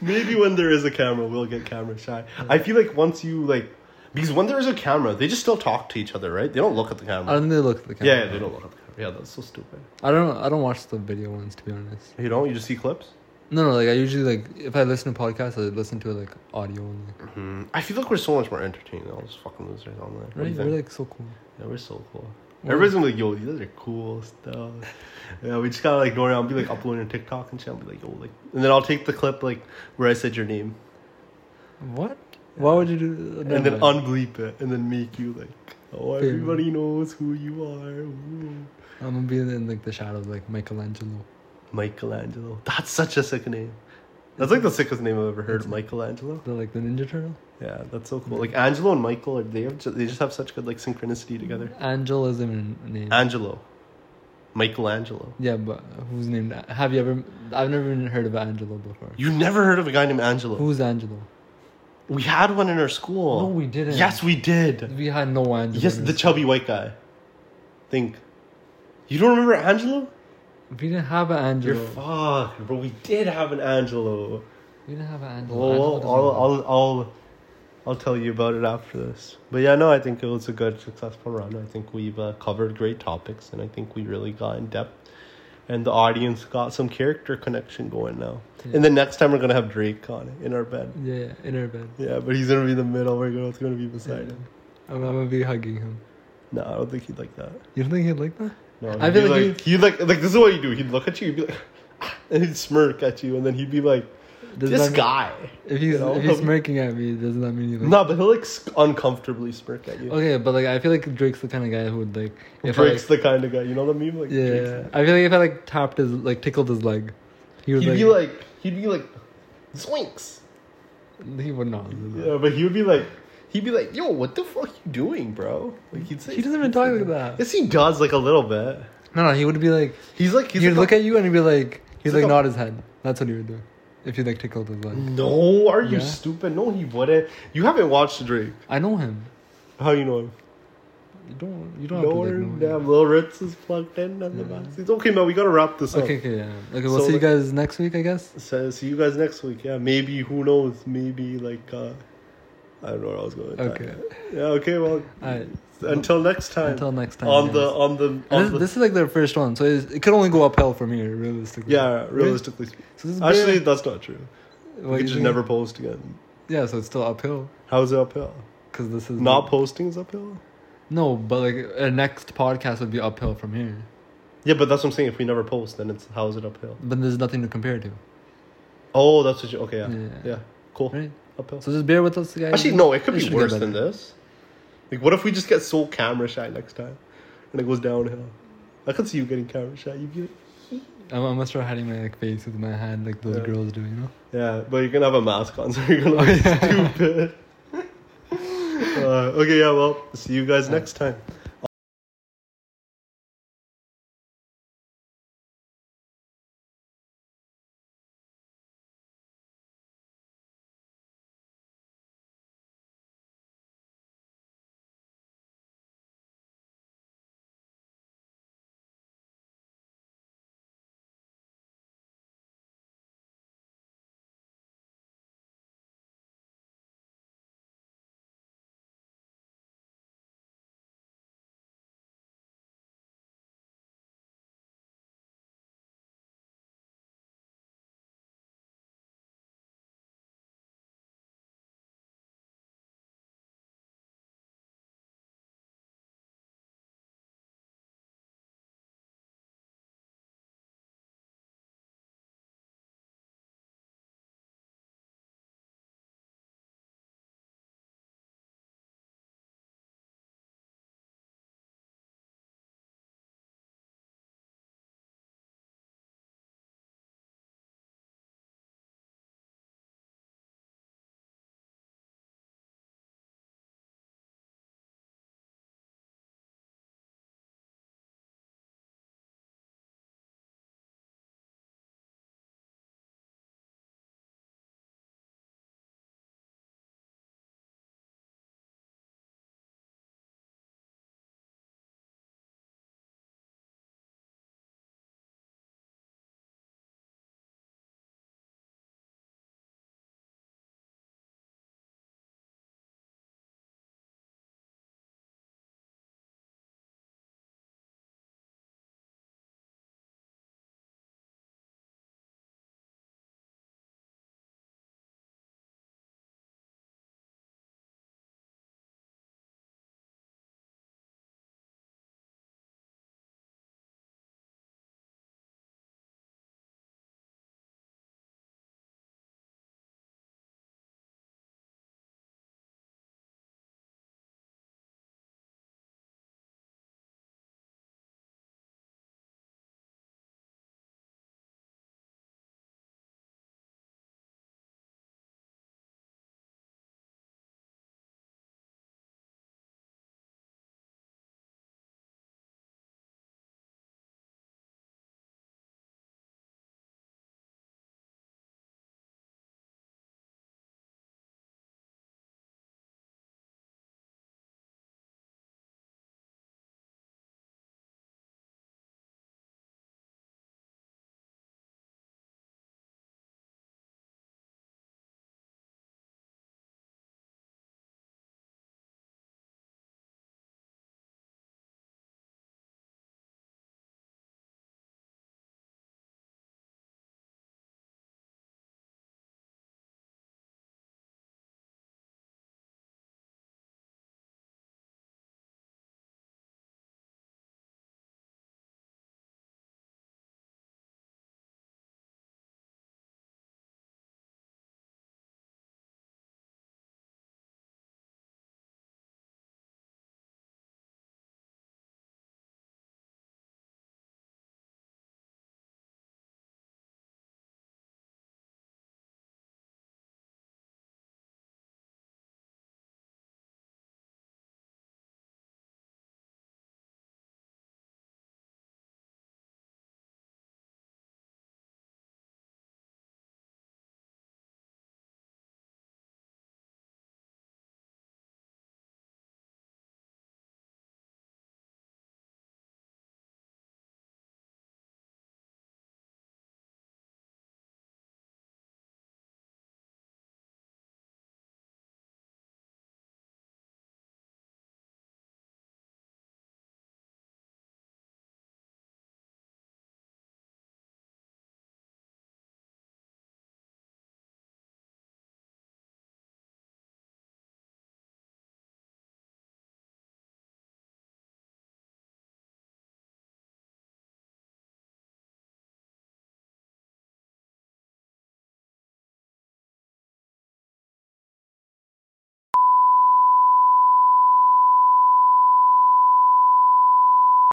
S1: Maybe when there is a camera, we'll get camera shy. I feel like once you like, because when there is a camera, they just still talk to each other, right? They don't look at the
S2: I
S1: camera.
S2: don't think they look at the camera.
S1: yeah, yeah, they don't look at the camera. Yeah, that's so stupid.
S2: I don't. I don't watch the video ones to be honest.
S1: You don't. You just see clips.
S2: No, no. Like I usually like if I listen to podcasts, I listen to like audio only.
S1: Mm, I feel like we're so much more entertaining than all those fucking losers online. What do
S2: Right?
S1: you
S2: We're
S1: think?
S2: like so cool.
S1: yeah, we're so cool.
S2: Yeah.
S1: Everybody's gonna be like, yo, these are cool stuff. Yeah, we just gotta like go around, be like uploading on TikTok and shit. I'll be like, yo, like, and then I'll take the clip like where I said your name.
S2: What? Why would you do?
S1: and then
S2: Never mind.
S1: unbleep it and then make you like oh
S2: Famous.
S1: everybody knows who you are Ooh.
S2: I'm gonna be in like the shadow of like Michelangelo.
S1: michelangelo that's such a sick name that's like the sickest name i've ever heard
S2: It's-
S1: michelangelo
S2: The like the Ninja Turtle.
S1: yeah that's so
S2: Mm-hmm.
S1: cool like angelo and michael are they have ju- they just have such good like synchronicity together
S2: Mm-hmm. Angel is a n- name.
S1: angelo michelangelo
S2: yeah, but who's named? Have you ever? I've never even heard of Angelo before.
S1: you never heard of a guy named angelo
S2: Who's Angelo?
S1: we had one in our school
S2: No, we didn't.
S1: yes we did
S2: We had no Angelo.
S1: yes
S2: in
S1: the
S2: us.
S1: chubby white guy think you don't remember angelo
S2: we didn't have an
S1: you're
S2: Angelo.
S1: fucked bro we did have an angelo
S2: we didn't have an Angelo.
S1: Well,
S2: Angelo
S1: I'll,
S2: doesn't
S1: I'll,
S2: know.
S1: I'll, I'll, I'll tell you about it after this. But yeah, no, I think it was a good, successful run. I think we've uh, covered great topics, and I think we really got in depth. And the audience got some character connection going now.
S2: Yeah.
S1: And then next time we're gonna have Drake on it in our bed.
S2: yeah, yeah, in our bed.
S1: Yeah, but he's gonna be in the middle. We're gonna, it's gonna be beside him.
S2: I'm, I'm gonna be hugging him.
S1: No, I don't think he'd like that.
S2: You don't think he'd like that?
S1: No,
S2: I
S1: he'd
S2: feel
S1: be
S2: like
S1: like he'd like like this is what you do. He'd look at you, he'd be like, and he'd smirk at you, and then he'd be like,
S2: Does
S1: "This
S2: that mean-
S1: guy."
S2: If he's
S1: you know?
S2: if he's smirking at me, doesn't that mean he like?
S1: No, but he'll like sc- uncomfortably smirk at you.
S2: Okay, but like I feel like Drake's the kind of guy who would like if
S1: Drake's
S2: I
S1: the kind of guy, you know what I mean? Like,
S2: yeah,
S1: Drake's-
S2: I feel like if I like tapped his like tickled his leg, he would
S1: he'd
S2: like,
S1: be like, he'd be like, zoinks.
S2: he would not.
S1: Yeah, but he would be like, he'd be like, yo, what the fuck you doing, bro? Like he'd say,
S2: He doesn't even talk like that.
S1: Yes, he does like a little bit.
S2: No, no, he would be like
S1: He's like, he's
S2: he'd
S1: like
S2: look
S1: a-
S2: at you and he'd be like he'd
S1: he's
S2: like,
S1: like a- Mm.
S2: nod his head. That's what he would do if you like tickled his leg.
S1: No, are you
S2: Yeah.
S1: stupid? No, he wouldn't. You haven't watched Drake.
S2: I know him.
S1: How you know him?
S2: You don't. You don't
S1: No,
S2: have to
S1: one-
S2: like, know him.
S1: damn, Lil Ritz is plugged in on the
S2: Yeah.
S1: box. It's okay, man. We gotta wrap this up.
S2: Okay, okay, yeah. Okay, we'll
S1: So,
S2: see you
S1: like-
S2: guys next week, I guess.
S1: So see you guys next week. Yeah, maybe who knows? Maybe like uh I don't know where I was going. With
S2: Okay.
S1: That. Yeah. Okay. Well.
S2: Alright.
S1: Until next time.
S2: Until next time.
S1: on
S2: guys.
S1: the on the on
S2: And
S1: the
S2: this, this is like their first one, so it's, it could only go uphill from here, realistically.
S1: yeah. Realistically, speaking.
S2: So this is
S1: actually,
S2: bare-
S1: that's not true.
S2: what
S1: we
S2: you
S1: just
S2: think?
S1: never post again.
S2: Yeah, so it's still uphill
S1: How's it uphill?
S2: because this is
S1: Not posting is uphill.
S2: No, but like our next podcast would be uphill from here.
S1: Yeah, but that's what I'm saying. If we never post, then it's how's it uphill?
S2: But there's nothing to compare to,
S1: Oh, that's what you. Okay. Yeah. Yeah.
S2: Yeah.
S1: Cool.
S2: right?
S1: Uphill.
S2: So just bear with us, guys.
S1: Actually, no. It could
S2: It
S1: be
S2: should get
S1: worse than
S2: better.
S1: this. Like, what if we just get so camera shy next time, and it goes downhill? I could see you getting camera shy. You'd be like,
S2: I'm, I'm gonna start hiding my like, face with my hand, like those
S1: Yeah.
S2: girls do, you know?
S1: Yeah, but you're gonna have a mask on, so you're gonna look stupid. uh, okay, yeah, well, see you guys next time.